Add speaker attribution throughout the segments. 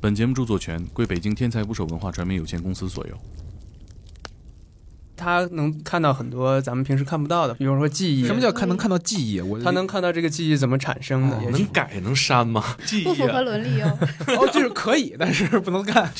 Speaker 1: 本节目著作权归北京天才捕手文化传媒有限公司所有。
Speaker 2: 他能看到很多咱们平时看不到的，比如说记忆。
Speaker 3: 什么叫看能看到记忆？我
Speaker 2: 嗯他能看到这个记忆怎么产
Speaker 1: 啊
Speaker 2: 生的？也
Speaker 3: 能
Speaker 2: 是
Speaker 3: 改能删吗？
Speaker 4: 记忆不符合伦理哦。
Speaker 2: 哦，就是可以，但是不能看。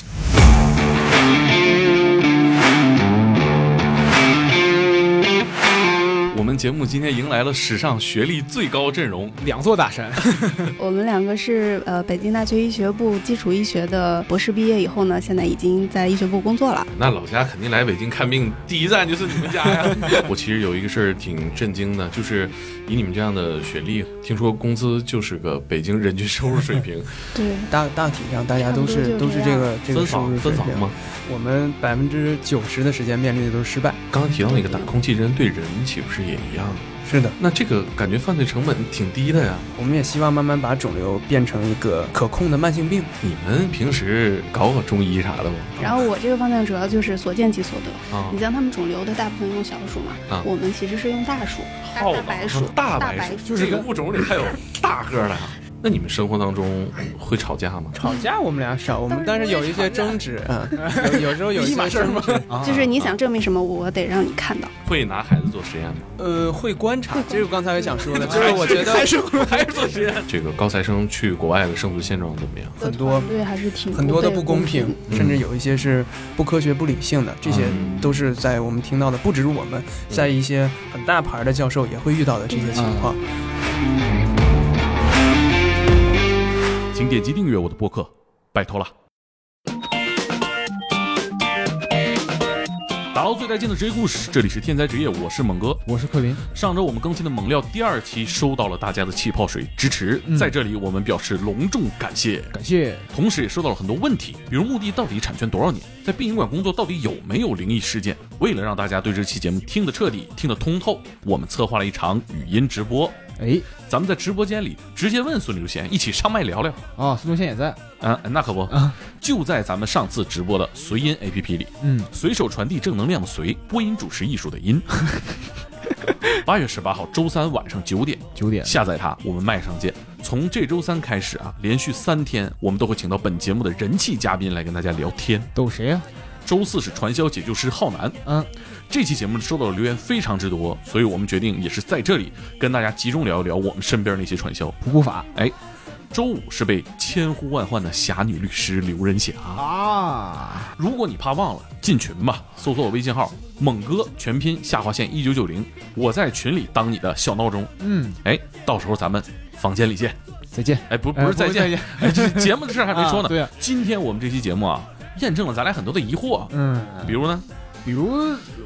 Speaker 1: 我们节目今天迎来了史上学历最高阵容，
Speaker 2: 两座大山，
Speaker 4: 我们两个是呃北京大学医学部基础医学的博士毕业以后呢，现在已经在医学部工作了。
Speaker 1: 那老家肯定来北京看病，第一站就是你们家呀。 我其实有一个事儿挺震惊的，就是以你们这样的学历，听说工资就是个北京人均收入水平，
Speaker 4: 对，
Speaker 2: 大大体上大家都是
Speaker 4: 差不多就
Speaker 2: 都是
Speaker 4: 这
Speaker 2: 这
Speaker 4: 样
Speaker 2: 个这个
Speaker 1: 分
Speaker 2: 收
Speaker 1: 房
Speaker 2: 入水
Speaker 1: 分
Speaker 2: 平
Speaker 1: 房吗？？
Speaker 2: 我们百分之九十的时间面临的都是失败。
Speaker 1: 刚刚提到那个打空气针对人岂不是也一样？
Speaker 2: 是的，
Speaker 1: 那这个感觉犯罪成本挺低的呀。
Speaker 2: 我们也希望慢慢把肿瘤变成一个可控的慢性病。
Speaker 1: 你们平时搞搞中医啥的吗？
Speaker 4: 然后我这个方向主要就是所见即所得。
Speaker 1: 啊
Speaker 4: 你，像他们肿瘤的大部分用小鼠嘛，
Speaker 1: 啊
Speaker 4: 我们其实是用大鼠，大
Speaker 1: 耗
Speaker 4: 大
Speaker 1: 子
Speaker 4: 白鼠，
Speaker 1: 大
Speaker 4: 大
Speaker 1: 白鼠，
Speaker 4: 鼠
Speaker 2: 就是
Speaker 1: 这个
Speaker 2: 跟
Speaker 1: 物种里还有大个儿的啊。 那你们生活当中会吵架吗？
Speaker 2: 吵架我们俩少，我们但是有一些争执，嗯，有有时候 有一些争执，
Speaker 4: 就是你想证明什么，我得让你看到。
Speaker 1: 会拿孩子做实验吗？
Speaker 2: 呃，会观察，这是我刚才也想说的，就是我觉得
Speaker 1: 还是做实验？这个高材生去国外的生存现状怎么样？
Speaker 2: 很多
Speaker 4: 对还是挺
Speaker 2: 很多的不公
Speaker 4: 被
Speaker 2: 平，
Speaker 1: 嗯
Speaker 2: 甚至有一些是不科学、不理性的，这些
Speaker 1: 嗯
Speaker 2: 都是在我们听到的，不只是我
Speaker 5: 嗯
Speaker 2: 们，在一些很大牌的教授也会遇到的这些情况。
Speaker 1: 请点击订阅我的播客，拜托了。打捞最带劲的职业故事，这里是天才职业，我是猛哥。
Speaker 3: 我是克林，
Speaker 1: 上周我们更新的猛料第二期收到了大家的气泡水支持，
Speaker 3: 嗯
Speaker 1: 在这里我们表示隆重感谢。
Speaker 3: 感谢
Speaker 1: 同时也收到了很多问题，比如墓地到底产权多少年，在殡仪馆工作到底有没有灵异事件？为了让大家对这期节目听得彻底、听得通透，我们策划了一场语音直播。
Speaker 3: 哎
Speaker 1: 咱们在直播间里直接问孙刘贤，一起上麦聊聊。
Speaker 3: 啊，孙中宪也在，
Speaker 1: 啊，那可不，就在咱们上次直播的随音 APP 里，
Speaker 3: 嗯，
Speaker 1: 随手传递正能量的随，播音主持艺术的音。八月十八号周三晚上九点，
Speaker 3: 九点
Speaker 1: 下载它，我们麦上见。从这周三开始啊，连续三天，我们都会请到本节目的人气嘉宾来跟大家聊天。
Speaker 3: 都有谁啊呀？
Speaker 1: 周四是传销解救师浩南，
Speaker 3: 嗯，
Speaker 1: 这期节目收到的留言非常之多，所以我们决定也是在这里跟大家集中聊一聊我们身边那些传销。
Speaker 3: 普普法
Speaker 1: 哎，周五是被千呼万唤的侠女律师刘仁霞。
Speaker 3: 啊，
Speaker 1: 如果你怕忘了，进群吧，搜索我微信号“猛哥”全拼下划线一九九零，我在群里当你的小闹钟。
Speaker 3: 嗯，
Speaker 1: 哎，到时候咱们房间里见。
Speaker 3: 再见，
Speaker 1: 哎，不
Speaker 3: 哎
Speaker 1: 不是再见，
Speaker 3: 见，
Speaker 1: 哎，这节目的事儿还没说呢。
Speaker 3: 啊对呀
Speaker 1: 今天我们这期节目啊，验证了咱俩很多的疑惑，
Speaker 3: 嗯，
Speaker 1: 比如呢，
Speaker 3: 比如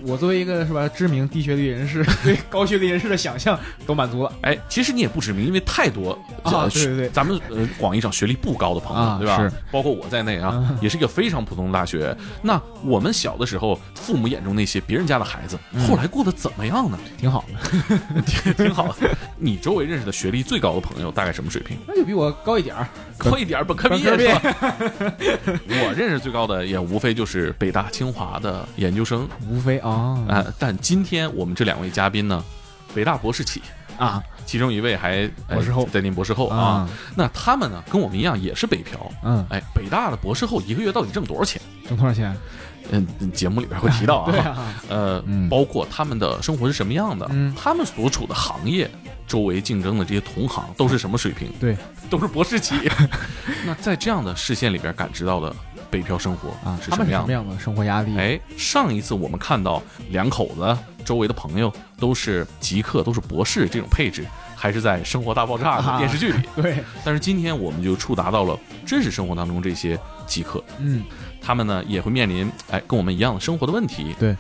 Speaker 3: 我作为一个是吧知名低学历人士，对高学历人士的想象都满足了
Speaker 1: 哎，其实你也不知名，因为太多
Speaker 3: 啊
Speaker 1: 呃
Speaker 3: 对对对
Speaker 1: 咱们呃广义上学历不高的朋友，
Speaker 3: 啊
Speaker 1: 对吧？
Speaker 3: 是，嗯
Speaker 1: 包括我在内啊，也是一个非常普通的大学。那我们小的时候，父母眼中那些别人家的孩子，
Speaker 3: 嗯
Speaker 1: 后来过得怎么 样呢？
Speaker 3: 挺好的，
Speaker 1: 挺挺好的。 你周围认识的学历最高的朋友大概什么水 平？
Speaker 3: 那就比我高一点儿，
Speaker 1: 快一点儿本科毕业是吧？ 我认识最高的也无非就是北大、清华的研究生
Speaker 3: 无非啊
Speaker 1: 啊、但今天我们这两位嘉宾呢，北大博士起，
Speaker 3: 啊
Speaker 1: 其中一位还哎
Speaker 3: 博士后
Speaker 1: 在念博士后啊。，那他们呢，跟我们一样也是北漂。
Speaker 3: 嗯，
Speaker 1: 哎，北大的博士后一个月到底挣多少钱？
Speaker 3: 挣多少钱？
Speaker 1: 嗯，嗯节目里边会提 到
Speaker 3: 对
Speaker 1: 啊。
Speaker 3: 啊，
Speaker 1: 呃，
Speaker 3: 嗯
Speaker 1: 包括他们的生活是什么样的，
Speaker 3: 嗯
Speaker 1: 他们所处的行业，周围竞争的这些同行都是什么水平，
Speaker 3: 对，
Speaker 1: 都是博士起。 那在这样的视线里边感知到的北漂生活
Speaker 3: 啊，
Speaker 1: 是
Speaker 3: 他
Speaker 1: 什么
Speaker 3: 们是
Speaker 1: 样
Speaker 3: 什么
Speaker 1: 的？
Speaker 3: 样的生活压力？
Speaker 1: 哎，上一次我们看到两口子周围的朋友都是极客，都是博士这种配置，还是在《生活大爆炸》的
Speaker 3: 啊
Speaker 1: 电视剧里。
Speaker 3: 对，
Speaker 1: 但是今天我们就触达到了真实生活当中这些极客，
Speaker 3: 嗯
Speaker 1: 他们呢也会面临哎跟我们一样的生活的问题，
Speaker 3: 对，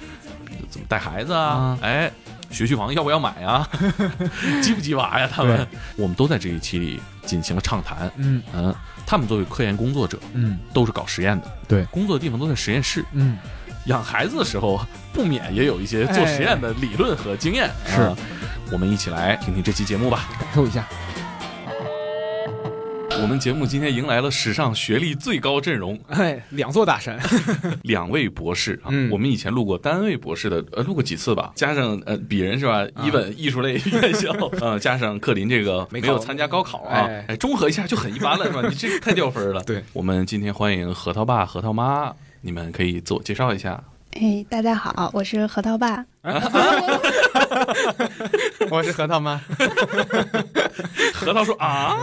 Speaker 1: 怎么带孩子啊
Speaker 3: 啊，
Speaker 1: 哎，学区房要不要买啊， 鸡不鸡娃呀？他们
Speaker 3: 对，
Speaker 1: 我们都在这一期里进行了畅谈。
Speaker 3: 嗯
Speaker 1: 嗯，他们作为科研工作者，
Speaker 3: 嗯
Speaker 1: 都是搞实验的，
Speaker 3: 对
Speaker 1: 工作的地方都在实验室。
Speaker 3: 嗯，
Speaker 1: 养孩子的时候，不免也有一些做实验的理论和经验。
Speaker 5: 哎
Speaker 3: 是
Speaker 1: 啊我们一起来听听这期节目吧。
Speaker 3: 感受一下。
Speaker 1: 我们节目今天迎来了史上学历最高阵容，
Speaker 5: 哎，两座大山，
Speaker 1: 两位博士啊。
Speaker 5: 嗯
Speaker 1: 我们以前录过单位博士的，呃，录过几次吧，加上呃鄙人是吧？一本艺术类院 校，呃，加上克林这个
Speaker 5: 嗯没
Speaker 1: 没
Speaker 5: 考
Speaker 1: 有参加高考啊
Speaker 5: 哎，
Speaker 1: 哎，综合一下就很一般了是吧？你这个太掉分了。
Speaker 5: 对，
Speaker 1: 我们今天欢迎核桃爸、核桃妈，你们可以自我介绍一 下。
Speaker 4: 哎，大家好，我是核桃爸。
Speaker 5: 嗯我是核桃妈，
Speaker 1: 核桃说啊，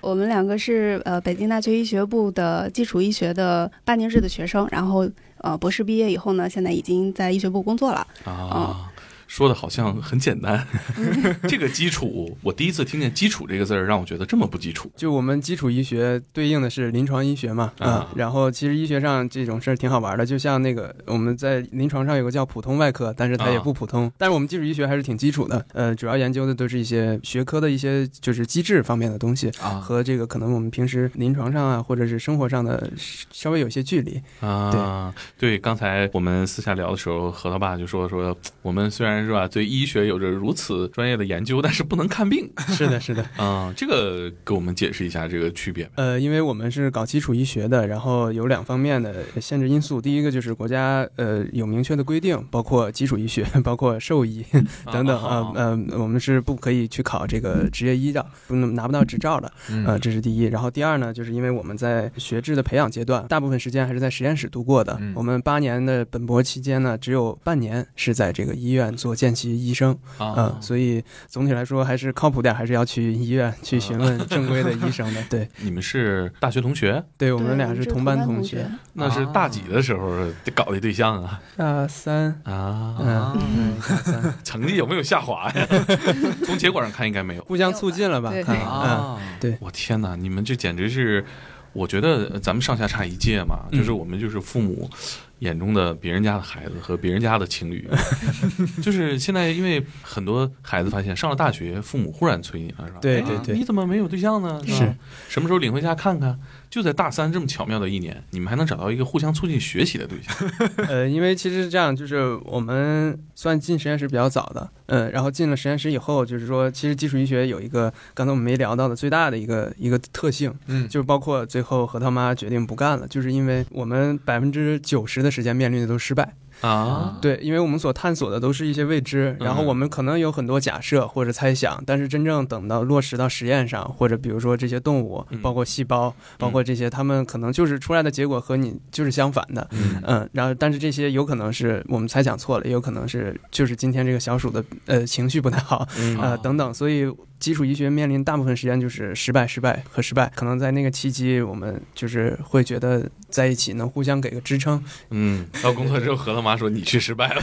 Speaker 4: 我们两个是呃北京大学医学部的基础医学的八年制的学生，然后呃博士毕业以后呢，现在已经在医学部工作了。
Speaker 1: 啊。说的好像很简单， 这个基础，我第一次听见“基础”这个字儿，让我觉得这么不基础。
Speaker 2: 就我们基础医学对应的是临床医学嘛，
Speaker 1: 啊
Speaker 2: 然后其实医学上这种事儿挺好玩的，就像那个我们在临床上有个叫普通外科，但是它也不普
Speaker 5: 啊
Speaker 2: 通，但是我们基础医学还是挺基础的，呃，主要研究的都是一些学科的一些就是机制方面的东西。
Speaker 1: 啊
Speaker 2: 和这个可能我们平时临床上啊，或者是生活上的稍微有些距离，
Speaker 1: 啊，对，刚才我们私下聊的时候，核桃爸就说说，我们虽然是吧对医学有着如此专业的研究，但是不能看病
Speaker 2: 是的，是的，
Speaker 1: 啊。 这个给我们解释一下这个区别。
Speaker 2: 呃，因为我们是搞基础医学的，然后有两方面的限制因素。第一个就是国家呃有明确的规定，包括基础医学，包括兽医 等等啊，呃，我们是不可以去考这个职业医的，不能拿不到执照的，
Speaker 3: 嗯
Speaker 2: 呃，这是第一。然后第二呢，就是因为我们在学制的培养阶段，大部分时间还是在实验室度过的。
Speaker 5: 嗯
Speaker 2: 我们八年的本博期间呢，只有半年是在这个医院做见习医生，
Speaker 1: 啊
Speaker 2: 嗯，所以总体来说还是靠谱点儿，还是要去医院去询问正规的医生的。对。
Speaker 1: 你们是大学同学，
Speaker 2: 对我
Speaker 4: 对
Speaker 2: 们俩是同
Speaker 4: 班
Speaker 2: 班同
Speaker 4: 学
Speaker 2: 学，，
Speaker 1: 那是大几的时候搞的对象啊？
Speaker 2: 大 三，
Speaker 1: 啊，
Speaker 2: 嗯，对，大 三，
Speaker 1: 成绩有没有下滑呀？ 从结果上看应该没有。
Speaker 2: 互相促进了吧？
Speaker 4: 对
Speaker 2: 看来，嗯，
Speaker 5: 啊，
Speaker 1: 我天哪，你们这简直是，我觉得呃咱们上下差一届嘛，
Speaker 5: 嗯
Speaker 1: 就是我们就是父母眼中的别人家的孩子和别人家的情 侣，就是现在因为很多孩子发现上了大学，父母忽然催你了，是吧？
Speaker 2: 对
Speaker 1: 哎
Speaker 2: 对对
Speaker 1: 你怎么没有对象呢？吧
Speaker 2: 是，
Speaker 1: 什么时候领回家看看？就在大三这么巧妙的一年，你们还能找到一个互相促进学习的对 象，
Speaker 2: 呃，因为其实是这样，就是我们算进实验室比较早的，嗯，然后进了实验室以后，就是说，其实基础医学有一个刚才我们没聊到的最大的一个一个特性，
Speaker 5: 嗯，
Speaker 2: 就是包括最后核桃妈决定不干了，就是因为我们百分之九十的时间面临的都是失败。
Speaker 1: 啊
Speaker 2: 对，因为我们所探索的都是一些未知，然后
Speaker 1: 嗯
Speaker 2: 我们可能有很多假设或者猜想，但是真正等到落实到实验上，或者比如说这些动物
Speaker 1: 嗯，
Speaker 2: 包括细胞，包括这些，它们可能就是出来的结果和你就是相反的。
Speaker 1: 嗯
Speaker 2: 嗯，然后但是这些有可能是我们猜想错了，也有可能是就是今天这个小鼠的呃情绪不太好，
Speaker 1: 嗯
Speaker 2: 呃等等，所以基础医学面临大部分时间就是失败、失败和失败。可能在那个契机，我们就是会觉得在一起能互相给个支撑，
Speaker 1: 嗯，到工作之后，何他妈说你去失败 了，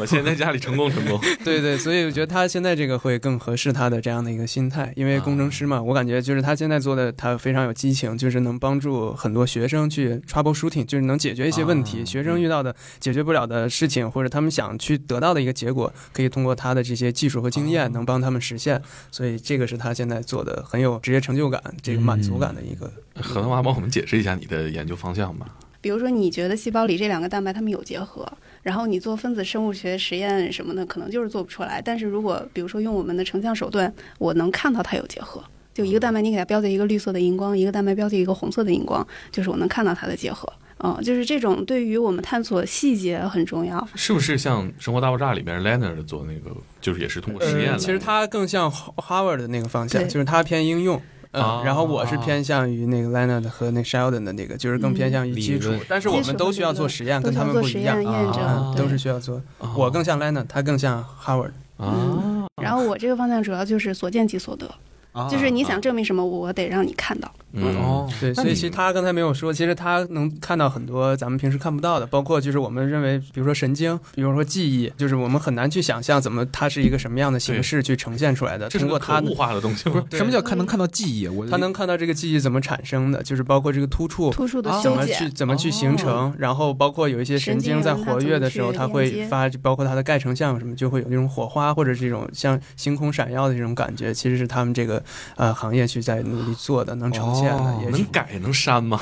Speaker 1: 我现在在家里成功成功，
Speaker 2: 对对，所以我觉得他现在这个会更合适他的这样的一个心态，因为工程师嘛，我感觉就是他现在做的，他非常有激情，就是能帮助很多学生去 trouble shooting，就是能解决一些问题，
Speaker 1: 啊
Speaker 2: 学生遇到的解决不了的事情，或者他们想去得到的一个结果，可以通过他的这些技术和经验能帮他们实现，所以这个是他现在做的很有职业成就感、这个满足感的一个。
Speaker 1: 何他妈帮我们解释一下你的研究方向吧。
Speaker 4: 比如说，你觉得细胞里这两个蛋白它们有结合，然后你做分子生物学实验什么的，可能就是做不出来。但是如果比如说用我们的成像手段，我能看到它有结合，就一个蛋白你给它标记一个绿色的荧光，一个蛋白标记一个红色的荧光，就是我能看到它的结合。嗯，就是这种对于我们探索细节很重要。
Speaker 1: 是不是像《生活大爆炸》里边 Leonard 做那个，就是也是通过实验来
Speaker 2: 呃，其实他更像 Harvard 的那个方向，
Speaker 4: 对
Speaker 2: 就是他偏应用。
Speaker 1: 啊
Speaker 2: 嗯，然后我是偏向于那个 Leonard 和那 Sheldon 的那个，就是更偏向于基础
Speaker 5: 嗯理论，
Speaker 2: 但是我们都需要做实验，
Speaker 4: 都
Speaker 2: 跟
Speaker 4: 需
Speaker 2: 他们
Speaker 4: 要做
Speaker 2: 不
Speaker 4: 实
Speaker 2: 一样，
Speaker 4: 验验
Speaker 1: 啊
Speaker 4: 证，对
Speaker 2: 都是需要做。
Speaker 1: 哦
Speaker 2: 我更像 Leonard，他更像 Harvard。
Speaker 4: 嗯
Speaker 1: 啊，
Speaker 4: 然后我这个方向主要就是所见即所得，
Speaker 5: 啊
Speaker 4: 就是你想证明什么，我得让你看到。
Speaker 1: 嗯
Speaker 5: 哦，
Speaker 2: 对，
Speaker 1: 那
Speaker 2: 所
Speaker 1: 你
Speaker 2: 以其实他刚才没有说，其实他能看到很多咱们平时看不到的，包括就是我们认为，比如说神经，比如说记忆，就是我们很难去想象怎么它是一个什么样的形式去呈现出来的。
Speaker 1: 这是
Speaker 2: 通
Speaker 1: 个
Speaker 2: 过
Speaker 1: 可
Speaker 2: 他
Speaker 1: 物化的东西吗？
Speaker 2: 对
Speaker 5: 什么叫看能看到记忆？啊我
Speaker 2: 他能看到这个记忆怎么产生的，就是包括这个突触，
Speaker 4: 突出的
Speaker 2: 怎
Speaker 4: 修
Speaker 2: 么
Speaker 4: 剪，
Speaker 2: 去怎么去形成，然后包括有一些神经在活跃的时候，
Speaker 4: 哦神
Speaker 2: 它
Speaker 4: 经元它怎么去
Speaker 2: 会发，包括它的钙成像什么，就会有那种火花或者这种像星空闪耀的这种感觉，其实是他们这个呃行业去在努力做的，能呈现的，
Speaker 6: 哦
Speaker 2: 也
Speaker 1: 能改能删 吗？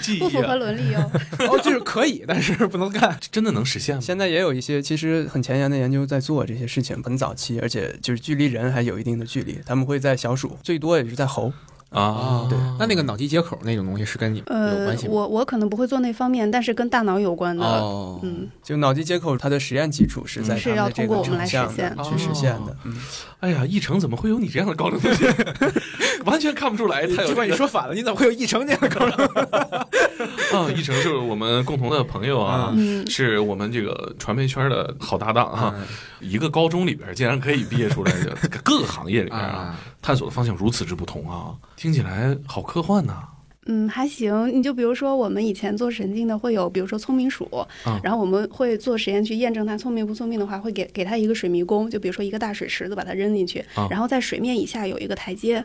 Speaker 1: 记
Speaker 4: 不
Speaker 1: 忆
Speaker 4: 符合
Speaker 1: 啊，
Speaker 4: 伦理哦。
Speaker 5: 哦，就是可以， 但是不能干。
Speaker 1: 这真的能实现吗？
Speaker 2: 现在也有一些其实很前沿的研究在做这些事情，很早期，而且就是距离人还有一定的距离。他们会在小鼠，最多也是在猴。
Speaker 1: 啊，
Speaker 2: 对
Speaker 5: 那那个脑机接口那种东西是跟你们有
Speaker 4: 呃
Speaker 5: 关系，吗？
Speaker 4: 我我可能不会做那方面，但是跟大脑有关的，
Speaker 5: 哦，
Speaker 4: 嗯，
Speaker 2: 就脑机接口，它的实验基础是在
Speaker 1: 嗯
Speaker 2: 他
Speaker 4: 是
Speaker 2: 们
Speaker 4: 要
Speaker 2: 的这
Speaker 4: 通过
Speaker 2: 个
Speaker 4: 我们来
Speaker 2: 成像
Speaker 4: 实现哦
Speaker 2: 的。去实现的。嗯，
Speaker 1: 哎呀，一成怎么会有你这样的高 冷同学？完全看不出来他有
Speaker 5: 就把
Speaker 1: 这
Speaker 5: 你
Speaker 1: 个
Speaker 5: 说反了，你怎么会有一成这样的高人？
Speaker 1: 啊。一成是我们共同的朋友啊，
Speaker 4: 嗯
Speaker 1: 是我们这个传媒圈的好搭档啊。
Speaker 2: 嗯
Speaker 1: 一个高中里边竟然可以毕业出来的，各个行业里边啊，
Speaker 5: 啊，
Speaker 1: 探索的方向如此之不同啊，听起来好科幻呐。
Speaker 4: 嗯，还行。你就比如说我们以前做神经的会有，比如说聪明鼠，
Speaker 1: 啊
Speaker 4: 然后我们会做实验去验证它聪明不聪明的话，会给给它一个水迷宫，就比如说一个大水池子把它扔进去，
Speaker 1: 啊
Speaker 4: 然后在水面以下有一个台阶。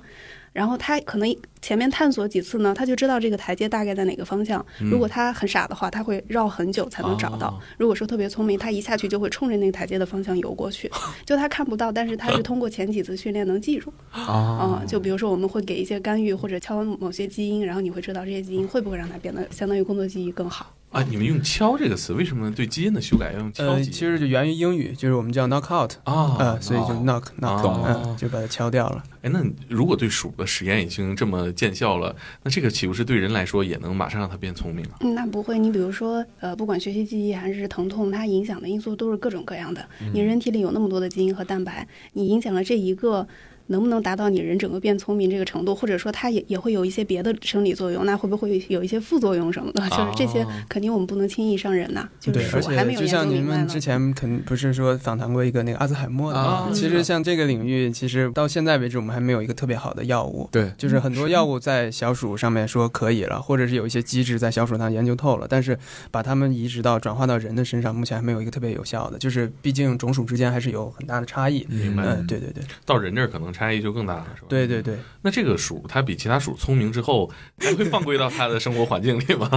Speaker 4: 然后它可能前面探索几次呢，它就知道这个台阶大概在哪个方向。如果它很傻的话，它会绕很久才能找到；
Speaker 1: 嗯哦
Speaker 4: 如果说特别聪明，它一下去就会冲着那个台阶的方向游 过去。就它看不到，但是
Speaker 1: 呃
Speaker 4: 它是通过前几次训练能记住。
Speaker 5: 啊
Speaker 2: 哦
Speaker 4: 嗯，就比如说我们会给一些干预或者敲某些基因，然后你会知道这些基因会不会让它变得相当于工作记忆更好。
Speaker 1: 啊，你们用“敲”这个词，为什么对基因的修改要用“敲
Speaker 2: 呃，”？
Speaker 1: 基
Speaker 2: 其实就源于英语，就是我们叫 knock out，
Speaker 1: 啊，
Speaker 2: 呃，所以就 knock knock，
Speaker 1: 懂了
Speaker 2: 嗯，就把它敲掉了。
Speaker 1: 哎，那如果对鼠的实验已经这么见效了，那这个岂不是对人来说也能马上让它变聪明啊？
Speaker 4: 嗯，那不会，你比如说，呃，不管学习记忆还是疼痛，它影响的因素都是各种各样的。
Speaker 2: 嗯
Speaker 4: 你人体里有那么多的基因和蛋白，你影响了这一个。能不能达到你人整个变聪明这个程度，或者说它也也会有一些别的生理作用，那会不会有一些副作用什么的？ 就是这些
Speaker 1: 哦
Speaker 4: 肯定我们不能轻易上人呐、就是
Speaker 2: 对，
Speaker 4: 说
Speaker 2: 而
Speaker 4: 我还没
Speaker 2: 且就
Speaker 4: 有研究
Speaker 2: 像你
Speaker 4: 明白
Speaker 2: 们
Speaker 4: 呢
Speaker 2: 之前肯不是说访谈过一个那个阿兹海默的
Speaker 5: 啊
Speaker 2: 吗，其实像这个领域，其实到现在为止我们还没有一个特别好的药物。
Speaker 5: 对，
Speaker 2: 嗯就是很多药物在小鼠上面说可以了，或者是有一些机制在小鼠上研究透了，但是把它们移植到转化到人的身上，目前还没有一个特别有效的。就是毕竟种属之间还是有很大的差异。
Speaker 1: 明白
Speaker 2: 嗯，对对对，
Speaker 1: 到人这儿可能差异就更大了，是吧？
Speaker 2: 对对对，
Speaker 1: 那这个鼠它比其他鼠聪明之后，还会放归到它的生活环境里吗？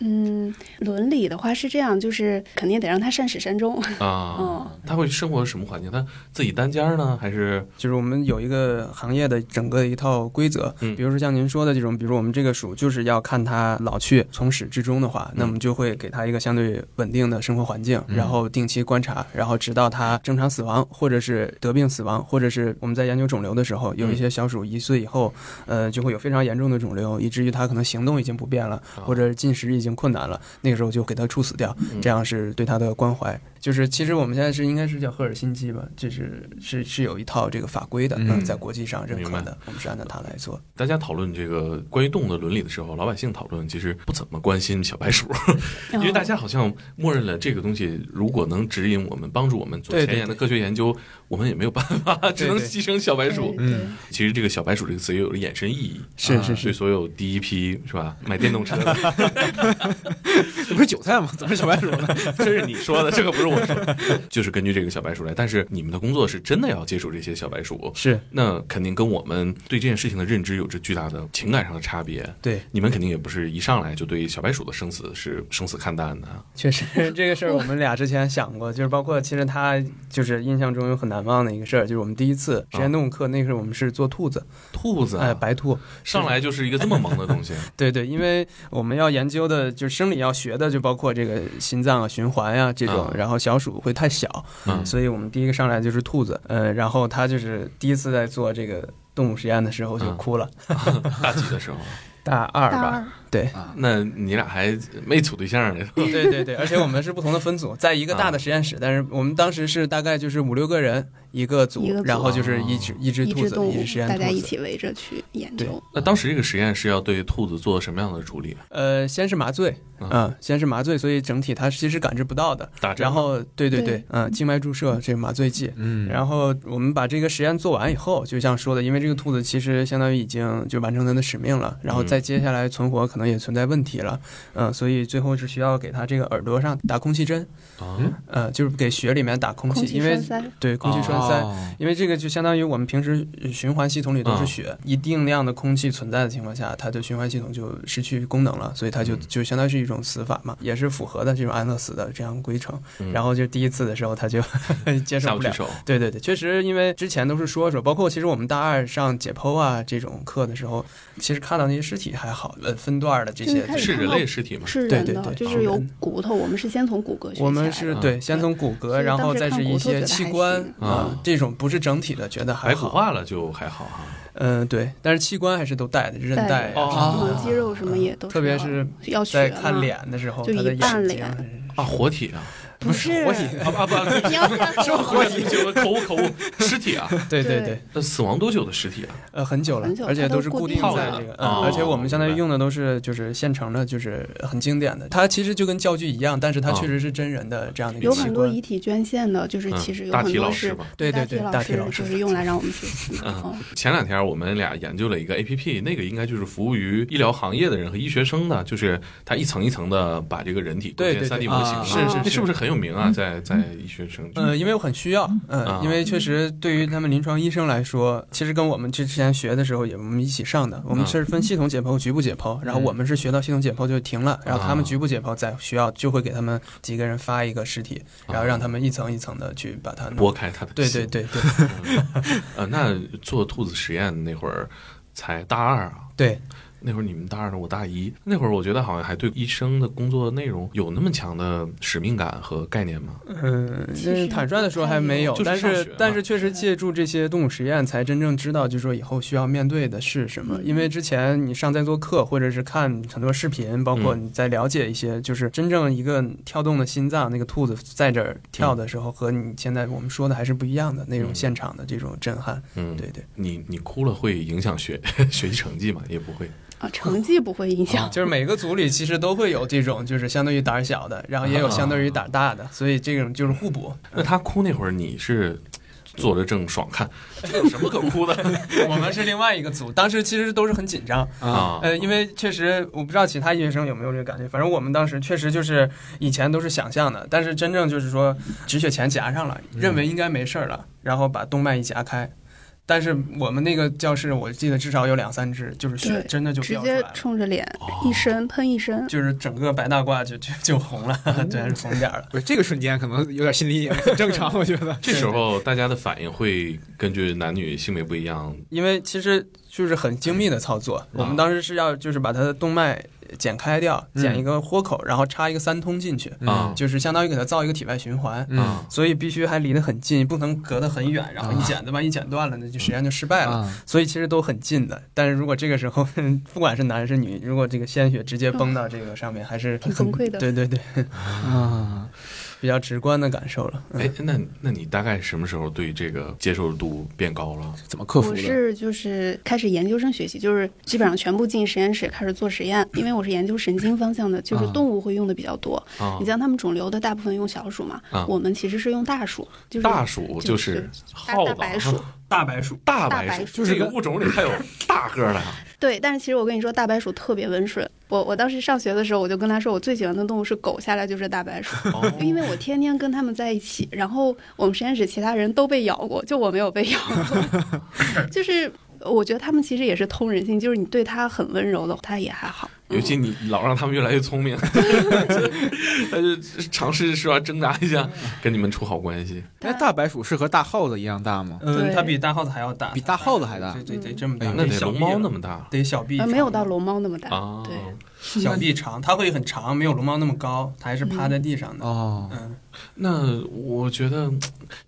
Speaker 4: 嗯，伦理的话是这样，就是肯定得让它善始善终。
Speaker 2: 哦
Speaker 4: 嗯哦
Speaker 1: 啊，它会生活什么环境？它自己单间儿呢，还是
Speaker 2: 就是我们有一个行业的整个一套规则，
Speaker 1: 嗯
Speaker 2: 比如说像您说的这种，比如我们这个鼠就是要看它老去，从始至终的话，那我们就会给它一个相对稳定的生活环境，
Speaker 5: 嗯
Speaker 2: 然后定期观察，然后直到它正常死亡，或者是得病死亡，或者是我们在研究肿瘤的时候，有一些小鼠一岁以后，呃，就会有非常严重的肿瘤，以至于它可能行动已经不便了，或者进食已经困难了，那个时候就给它处死掉，
Speaker 1: 啊嗯
Speaker 2: 这样是对它的关怀。就是其实我们现在是应该是叫赫尔辛基吧，就是是是有一套这个法规的，
Speaker 5: 嗯
Speaker 2: 嗯，在国际上认可
Speaker 1: 明
Speaker 2: 的，我们是按照它来做。
Speaker 1: 大家讨论这个关于动物的伦理的时候，老百姓讨论其实不怎么关心小 白鼠，因为大家好像默认了这个东西，如果能指引我们、帮助我们做
Speaker 2: 对对
Speaker 1: 前沿的科学研究，我们也没有办法，只能
Speaker 2: 对
Speaker 1: 牺牲小白鼠。
Speaker 4: 对对
Speaker 5: 嗯
Speaker 1: 其实这个“小白鼠”这个词也有了衍生意义，
Speaker 2: 是是
Speaker 1: 对
Speaker 2: 是，
Speaker 1: 所有第一批是吧买电动车的，
Speaker 5: 这 不是韭菜吗？怎么是小白鼠呢？
Speaker 1: 这是你说的，这个不是我说的，就是根据这个小白鼠来。但是你们的工作是真的要接触这些小白鼠，
Speaker 2: 是
Speaker 1: 那肯定跟我们对这件事情的认知有着巨大的情感上的差别。
Speaker 2: 对，
Speaker 1: 你们肯定也不是一上来就对小白鼠的生死是生死看淡的。
Speaker 2: 确实这个事儿我们俩之前想过，就是包括其实他就是印象中有很难忘的一个事儿，就是我们第一次实
Speaker 1: 啊
Speaker 2: 验动物课，那是我们是做兔子，
Speaker 1: 兔子、
Speaker 2: 哎，
Speaker 1: 啊，
Speaker 2: 白兔，
Speaker 1: 上来就是一个这么萌的东 西，
Speaker 2: 对对，因为我们要研究的就是生理要学的，就包括这个心脏啊、循环呀、这种
Speaker 1: 啊，
Speaker 2: 然后小鼠会太小，
Speaker 1: 嗯
Speaker 2: 所以我们第一个上来就是兔子，呃，然后他就是第一次在做这个动物实验的时候就
Speaker 1: 嗯
Speaker 2: 哭了，
Speaker 1: 大几的时候，
Speaker 2: 大二
Speaker 4: 大
Speaker 2: 吧，
Speaker 4: 二
Speaker 2: 对。
Speaker 1: 那你俩还没处对象呢？
Speaker 2: 对对对，而且我们是不同的分组，在一个大
Speaker 1: 啊
Speaker 2: 的实验室，但是我们当时是大概就是五六个人一个组，
Speaker 4: 一个组
Speaker 2: 然后
Speaker 1: 哦
Speaker 2: 就是一只一只
Speaker 4: 一
Speaker 2: 兔
Speaker 4: 只
Speaker 2: 子，
Speaker 4: 动
Speaker 2: 一
Speaker 4: 物
Speaker 2: 只实验，兔
Speaker 4: 大
Speaker 2: 子，
Speaker 4: 家一起围着去研究。
Speaker 1: 那当时这个实验是要对兔子做什么样的处理？
Speaker 2: 呃，先是麻醉，
Speaker 1: 嗯
Speaker 2: 嗯、先是麻醉，所以整体它其实感知不到的。
Speaker 1: 打针
Speaker 2: 然后，对对对
Speaker 4: 对，
Speaker 2: 嗯、静脉注射这个麻醉剂。
Speaker 5: 嗯
Speaker 2: 然后我们把这个实验做完以后，就像说的，因为这个兔子其实相当于已经就完成它的使命了，然后再在接下来存活可能也存在问题了，嗯，所以最后是需要给它这个耳朵上打空气针，
Speaker 1: 啊，
Speaker 2: 呃，就是给血里面打空气，
Speaker 4: 空气
Speaker 2: 因为嗯
Speaker 4: 栓塞，
Speaker 2: 对空气栓塞。
Speaker 1: 哦
Speaker 2: 因为这个就相当于我们平时呃循环系统里都
Speaker 1: 啊
Speaker 2: 是血，一定量的空气存在的情况下，它的循环系统就失去功能了，所以它就
Speaker 1: 嗯
Speaker 2: 就相当于是一种死法嘛，也是符合的这种安乐死的这样规程。
Speaker 1: 嗯
Speaker 2: 然后就第一次的时候，他就 接
Speaker 1: 下
Speaker 2: 受
Speaker 1: 不
Speaker 2: 不
Speaker 1: 去
Speaker 2: 了。
Speaker 1: 手，
Speaker 2: 对对对，确实，因为之前都是说说，包括其实我们大二上解剖啊这种课的时候，其实看到那些尸体还好，呃，分段的这
Speaker 4: 就
Speaker 2: 些
Speaker 4: 是开始
Speaker 1: 是人类尸体吗？
Speaker 4: 是
Speaker 2: 对
Speaker 4: 人
Speaker 2: 对
Speaker 4: 的，
Speaker 2: 对
Speaker 4: 就
Speaker 2: 啊
Speaker 4: 是有
Speaker 2: 人
Speaker 4: 骨头，我们是先从骨骼学起来的。
Speaker 2: 我们是
Speaker 1: 的
Speaker 2: 对，先从骨骼，
Speaker 4: 所以
Speaker 2: 然
Speaker 4: 啊当
Speaker 2: 后
Speaker 4: 时
Speaker 2: 再
Speaker 4: 看
Speaker 2: 是
Speaker 4: 骨
Speaker 2: 一
Speaker 4: 头觉
Speaker 2: 些
Speaker 4: 得
Speaker 2: 器
Speaker 4: 还
Speaker 2: 官
Speaker 4: 行
Speaker 2: 啊、
Speaker 1: 嗯
Speaker 2: 这种不是整体的，觉得还
Speaker 1: 白骨
Speaker 2: 好。
Speaker 1: 化了就还好啊。
Speaker 2: 嗯、对，但是器官还是都带的，韧
Speaker 4: 带
Speaker 2: 带
Speaker 1: 的
Speaker 2: 啊
Speaker 1: 哦
Speaker 2: 什么
Speaker 4: 嗯肌肉什么也都
Speaker 2: 的，特别
Speaker 4: 要
Speaker 2: 是
Speaker 4: 要取
Speaker 2: 在
Speaker 4: 了
Speaker 2: 看
Speaker 4: 嘛，
Speaker 2: 脸 的时候，
Speaker 4: 就
Speaker 2: 他的
Speaker 4: 一半
Speaker 2: 眼睛
Speaker 4: 脸
Speaker 1: 啊，活体 啊，
Speaker 4: 不是
Speaker 2: 活体，
Speaker 1: 啊啊不，
Speaker 4: 你要吓死我
Speaker 1: 活
Speaker 4: 了
Speaker 1: 体，口误口误，尸体啊，
Speaker 2: 对对
Speaker 4: 对
Speaker 2: 对，
Speaker 1: 那死亡多久的尸体啊？
Speaker 2: 呃，很久了
Speaker 4: 很久，
Speaker 2: 而且
Speaker 4: 它都
Speaker 2: 都是
Speaker 4: 固
Speaker 2: 固定
Speaker 4: 定
Speaker 2: 在
Speaker 1: 的
Speaker 2: 这个，
Speaker 1: 哦
Speaker 2: 嗯，而且我们相当于
Speaker 1: 明白
Speaker 2: 用的都是就是现成的，就是很经典的。它其实就跟教具一样，但是它
Speaker 1: 哦
Speaker 2: 确实是真人的这样的一
Speaker 4: 有
Speaker 2: 个器
Speaker 4: 很多
Speaker 2: 官
Speaker 4: 遗。体捐献的，就是
Speaker 1: 嗯
Speaker 4: 其实有
Speaker 1: 大
Speaker 4: 很
Speaker 1: 体老
Speaker 4: 多
Speaker 1: 师
Speaker 4: 是
Speaker 1: 吧。
Speaker 2: 对对对，大体老
Speaker 4: 老
Speaker 2: 师
Speaker 4: 就是用来让我们学习的。
Speaker 1: 嗯
Speaker 4: 嗯，
Speaker 1: 前两天我们俩研究了一个 A P P，那个应该就是服务于医疗行业的人和医学生的，就是它一层一层的把这个人体构
Speaker 2: 对
Speaker 1: 建
Speaker 2: 对
Speaker 1: 三 D
Speaker 2: 对
Speaker 1: 模型
Speaker 2: 啊
Speaker 1: 嘛，
Speaker 2: 是
Speaker 4: 是
Speaker 1: 那是不是很有名啊？在在医学生，
Speaker 2: 呃，因为我很需要，嗯、
Speaker 1: 啊
Speaker 2: 因为确实对于他们临床医生来说，其实跟我们之前学的时候也我们一起上的，我们是分系统解剖、局部解剖，然后我们是学到系统解剖就停了，然后他们局部解剖再需要就会给他们几个人发一个尸体，然后让他们一层一层的去把它
Speaker 1: 啊拨
Speaker 2: 弄。
Speaker 1: 开它的
Speaker 2: 对
Speaker 1: 心
Speaker 2: 对对对
Speaker 1: 呃，那做兔子实验那会儿才大二啊，
Speaker 2: 对，
Speaker 1: 那会儿你们大二呢，我大一。那会儿我觉得好像还对医生的工作内容有那么强的使命感和概念吗？
Speaker 2: 嗯，
Speaker 4: 其
Speaker 2: 就是
Speaker 4: 实
Speaker 2: 坦率的说还没有，
Speaker 1: 就是
Speaker 2: 但
Speaker 1: 上学
Speaker 2: 是
Speaker 1: 嘛
Speaker 2: 但是确实借助这些动物实验，才真正知道，就是说以后需要面对的是什么。
Speaker 4: 嗯
Speaker 2: 因为之前你上再多课，或者是看很多视频，包括
Speaker 1: 嗯
Speaker 2: 你在了解一些，就是真正一个跳动的心脏，那个兔子在这儿跳的时候，和你现在我们说的还是不一样的那种
Speaker 1: 嗯
Speaker 2: 现场的这种震撼。
Speaker 1: 嗯，
Speaker 2: 对，对，
Speaker 1: 你你哭了会影响学 学习成绩吗？也不会。
Speaker 4: 啊，成绩不会影响。
Speaker 2: 就是每个组里其实都会有这种，就是相对于胆儿小的，然后也有相对于胆儿大的，所以这种就是互补。
Speaker 1: 那他哭那会儿，你是坐着正爽看，这有什么可哭的
Speaker 2: 我们是另外一个组，当时其实都是很紧张。
Speaker 1: 啊？
Speaker 2: 呃，因为确实我不知道其他医学生有没有这个感觉，反正我们当时确实就是以前都是想象的，但是真正就是说止血钳夹上了，认为应该没事儿了，然后把动脉一夹开。但是我们那个教室，我记得至少有两三只，就是血
Speaker 4: 对
Speaker 2: 真的就
Speaker 4: 直
Speaker 2: 飙出来
Speaker 4: 接
Speaker 2: 了，
Speaker 4: 冲着脸
Speaker 1: 哦
Speaker 4: 一身喷一身，
Speaker 2: 就是整个白大褂就就就红了，
Speaker 4: 嗯
Speaker 2: 对，是红点儿了。
Speaker 5: 不是这个瞬间可能有点心理也很正 常，我觉得。
Speaker 1: 这时候大家的反应会根据男女性别不一样，
Speaker 2: 因为其实就是很精密的操作，我们当时是要就是把它的动脉剪开掉，剪一个豁口，然后插一个三通进去，
Speaker 3: 嗯
Speaker 1: 啊
Speaker 2: 就是相当于给它造一个体外循环。
Speaker 5: 嗯
Speaker 1: 啊
Speaker 2: 所以必须还离得很近，不能隔得很远，然后一剪子吧，一剪断了，那就实验就失败了。
Speaker 5: 啊，
Speaker 2: 所以其实都很近的，但是如果这个时候 不管是男是女，如果这个鲜血直接崩到这个上面，还是
Speaker 4: 挺
Speaker 2: 很
Speaker 4: 崩溃的
Speaker 2: 对对对，
Speaker 5: 啊，
Speaker 2: 比较直观的感受了。嗯
Speaker 1: 哎，那那你大概什么时候对这个接受度变高了？
Speaker 5: 怎么克服
Speaker 4: 我
Speaker 5: 的？
Speaker 4: 是就是开始研究生学习，就是基本上全部进实验室开始做实验，因为我是研究神经方向的，就是
Speaker 5: 啊
Speaker 4: 动物会用的比较多。
Speaker 1: 啊
Speaker 4: 你，像他们肿瘤的大部分用小鼠嘛，
Speaker 1: 啊
Speaker 4: 我们其实是用大鼠，就是
Speaker 1: 大鼠就
Speaker 4: 就是是
Speaker 1: 耗
Speaker 4: 大
Speaker 1: 子
Speaker 4: 大白鼠。
Speaker 2: 大白鼠，
Speaker 1: 啊大
Speaker 4: 大
Speaker 1: 白
Speaker 4: 白
Speaker 1: 鼠，
Speaker 4: 鼠
Speaker 1: 就是这个物种里还有大个儿的啊，
Speaker 4: 对，但是其实我跟你说，大白鼠特别温顺。我我当时上学的时候，我就跟他说，我最喜欢的动物是狗，下来就是大白鼠，就因为我天天跟他们在一起。然后我们实验室其他人都被咬过，就我没有被咬过， 就是。我觉得他们其实也是通人性，就是你对它很温柔的，它也还好。
Speaker 1: 尤其你老让他们越来越聪 明，他就尝试是吧挣扎一下，跟你们处好关系。
Speaker 5: 那哎大白鼠是和大耗子一样大吗？
Speaker 2: 嗯，
Speaker 4: 对
Speaker 2: 它比大耗子还要大，
Speaker 5: 比大耗子还大
Speaker 2: 对对哎对，这么大，
Speaker 1: 那
Speaker 2: 比
Speaker 1: 得
Speaker 2: 嗯小
Speaker 1: 龙
Speaker 2: 臂
Speaker 1: 猫
Speaker 2: 了
Speaker 1: 那么大
Speaker 2: 得小臂
Speaker 4: 呃，
Speaker 2: 长，
Speaker 4: 没有到龙猫那么大，
Speaker 1: 啊？
Speaker 4: 对，
Speaker 2: 小臂长，它会很长，没有龙猫那么高，它还是趴在地上的。
Speaker 5: 哦，
Speaker 2: 嗯，
Speaker 1: 那我觉得，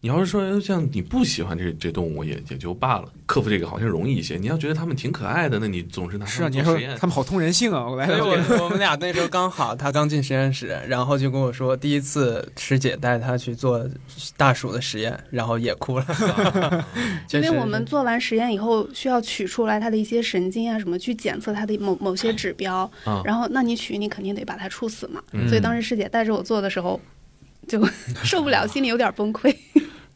Speaker 1: 你要是说像你不喜欢这这动物也也就罢了，克服这个好像容易一些。你要觉得它们挺可爱的，那你总是拿
Speaker 5: 是
Speaker 1: 它
Speaker 5: 啊，
Speaker 1: 们
Speaker 5: 你
Speaker 1: 嗯做
Speaker 5: 说
Speaker 1: 实验哎
Speaker 5: 他们好通人性啊！我来
Speaker 2: 所以
Speaker 5: 到这里，
Speaker 2: 我我们俩那时候刚好，他刚进实验室，然后就跟我说，第一次师姐带他去做大鼠的实验，然后也哭 了。
Speaker 4: 因
Speaker 2: 确实
Speaker 4: 为
Speaker 2: 是
Speaker 4: 我们做完实验以后，需要取出来它的一些神经啊什么，去检测它的某某些指标。
Speaker 1: 啊
Speaker 4: 然后，那你取，你肯定得把它处死嘛。
Speaker 1: 嗯
Speaker 4: 所以当时师姐带着我做的时候， 就受不了，心里有点崩溃。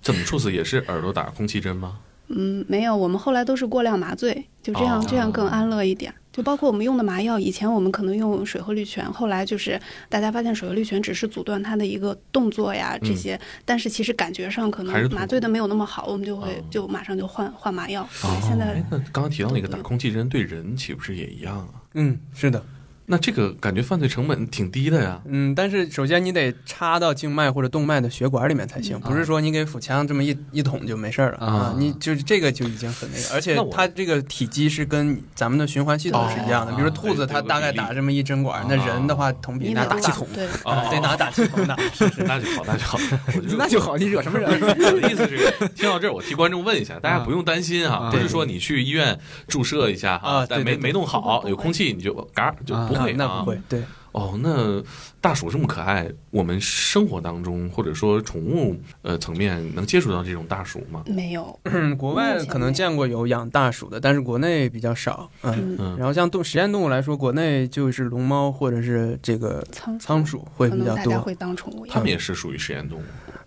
Speaker 1: 怎么处死也是耳朵打空气针吗？
Speaker 4: 嗯，没有，我们后来都是过量麻醉，就这样，
Speaker 1: 哦
Speaker 4: 这样更安乐一点。就包括我们用的麻药，以前我们可能用水合氯醛，后来就是大家发现水合氯醛只是阻断它的一个动作呀
Speaker 2: 嗯
Speaker 4: 这些，但是其实感觉上可
Speaker 1: 还是
Speaker 4: 能
Speaker 1: 痛
Speaker 4: 麻醉的没有那么好，我们就会、
Speaker 1: 哦
Speaker 4: 就马上就换换麻药。
Speaker 2: 哦
Speaker 4: 现在
Speaker 1: 哎，那刚刚提到那个打空气针对人岂不是也一样啊？
Speaker 2: 嗯，是的，
Speaker 1: 那这个感觉犯罪成本挺低的 呀。
Speaker 2: 嗯，但是首先你得插到静脉或者动脉的血管里面才
Speaker 4: 嗯
Speaker 2: 行，不是说你给腹腔这么一一捅就没事儿
Speaker 1: 啊
Speaker 2: 了啊。你就是这个就已经很那个，而且
Speaker 1: 那我
Speaker 2: 它这个体积是跟咱们的循环系统是一样的。
Speaker 1: 哦
Speaker 2: 比如兔子
Speaker 1: 对
Speaker 2: 它
Speaker 1: 对
Speaker 2: 大概
Speaker 1: 比例
Speaker 2: 打这么一针管，那人的话同比
Speaker 4: 你
Speaker 2: 拿
Speaker 4: 得
Speaker 2: 打气
Speaker 4: 打
Speaker 2: 筒，
Speaker 4: 对，
Speaker 1: 哦
Speaker 2: 啊得拿打气筒打。是是
Speaker 1: 那就好，那就好，我 就
Speaker 2: 那就好，你惹什么人？
Speaker 1: 我的意思是，听到这儿，我替观众问一下，大家不用担心啊，
Speaker 5: 啊
Speaker 1: 不是说你去医院注射一下
Speaker 2: 啊
Speaker 1: 但
Speaker 2: 对
Speaker 1: 没
Speaker 2: 对对
Speaker 1: 没弄好，有空气你就嘎儿就不会啊，
Speaker 2: 那不会，对，
Speaker 1: 哦，那大鼠这么可爱，我们生活当中或者说宠物呃层面能接触到这种大鼠吗？
Speaker 4: 没有，
Speaker 2: 嗯，国外可能见过有养大鼠的，但是国内比较少。嗯，
Speaker 4: 嗯，
Speaker 1: 嗯
Speaker 2: 然后像动实验动物来说，国内就是龙猫或者是这个
Speaker 4: 仓
Speaker 2: 仓鼠会
Speaker 4: 可
Speaker 2: 比较
Speaker 4: 能大家
Speaker 2: 多。
Speaker 4: 会当宠物
Speaker 1: 它
Speaker 4: 养
Speaker 1: 们。也是属于实验动物。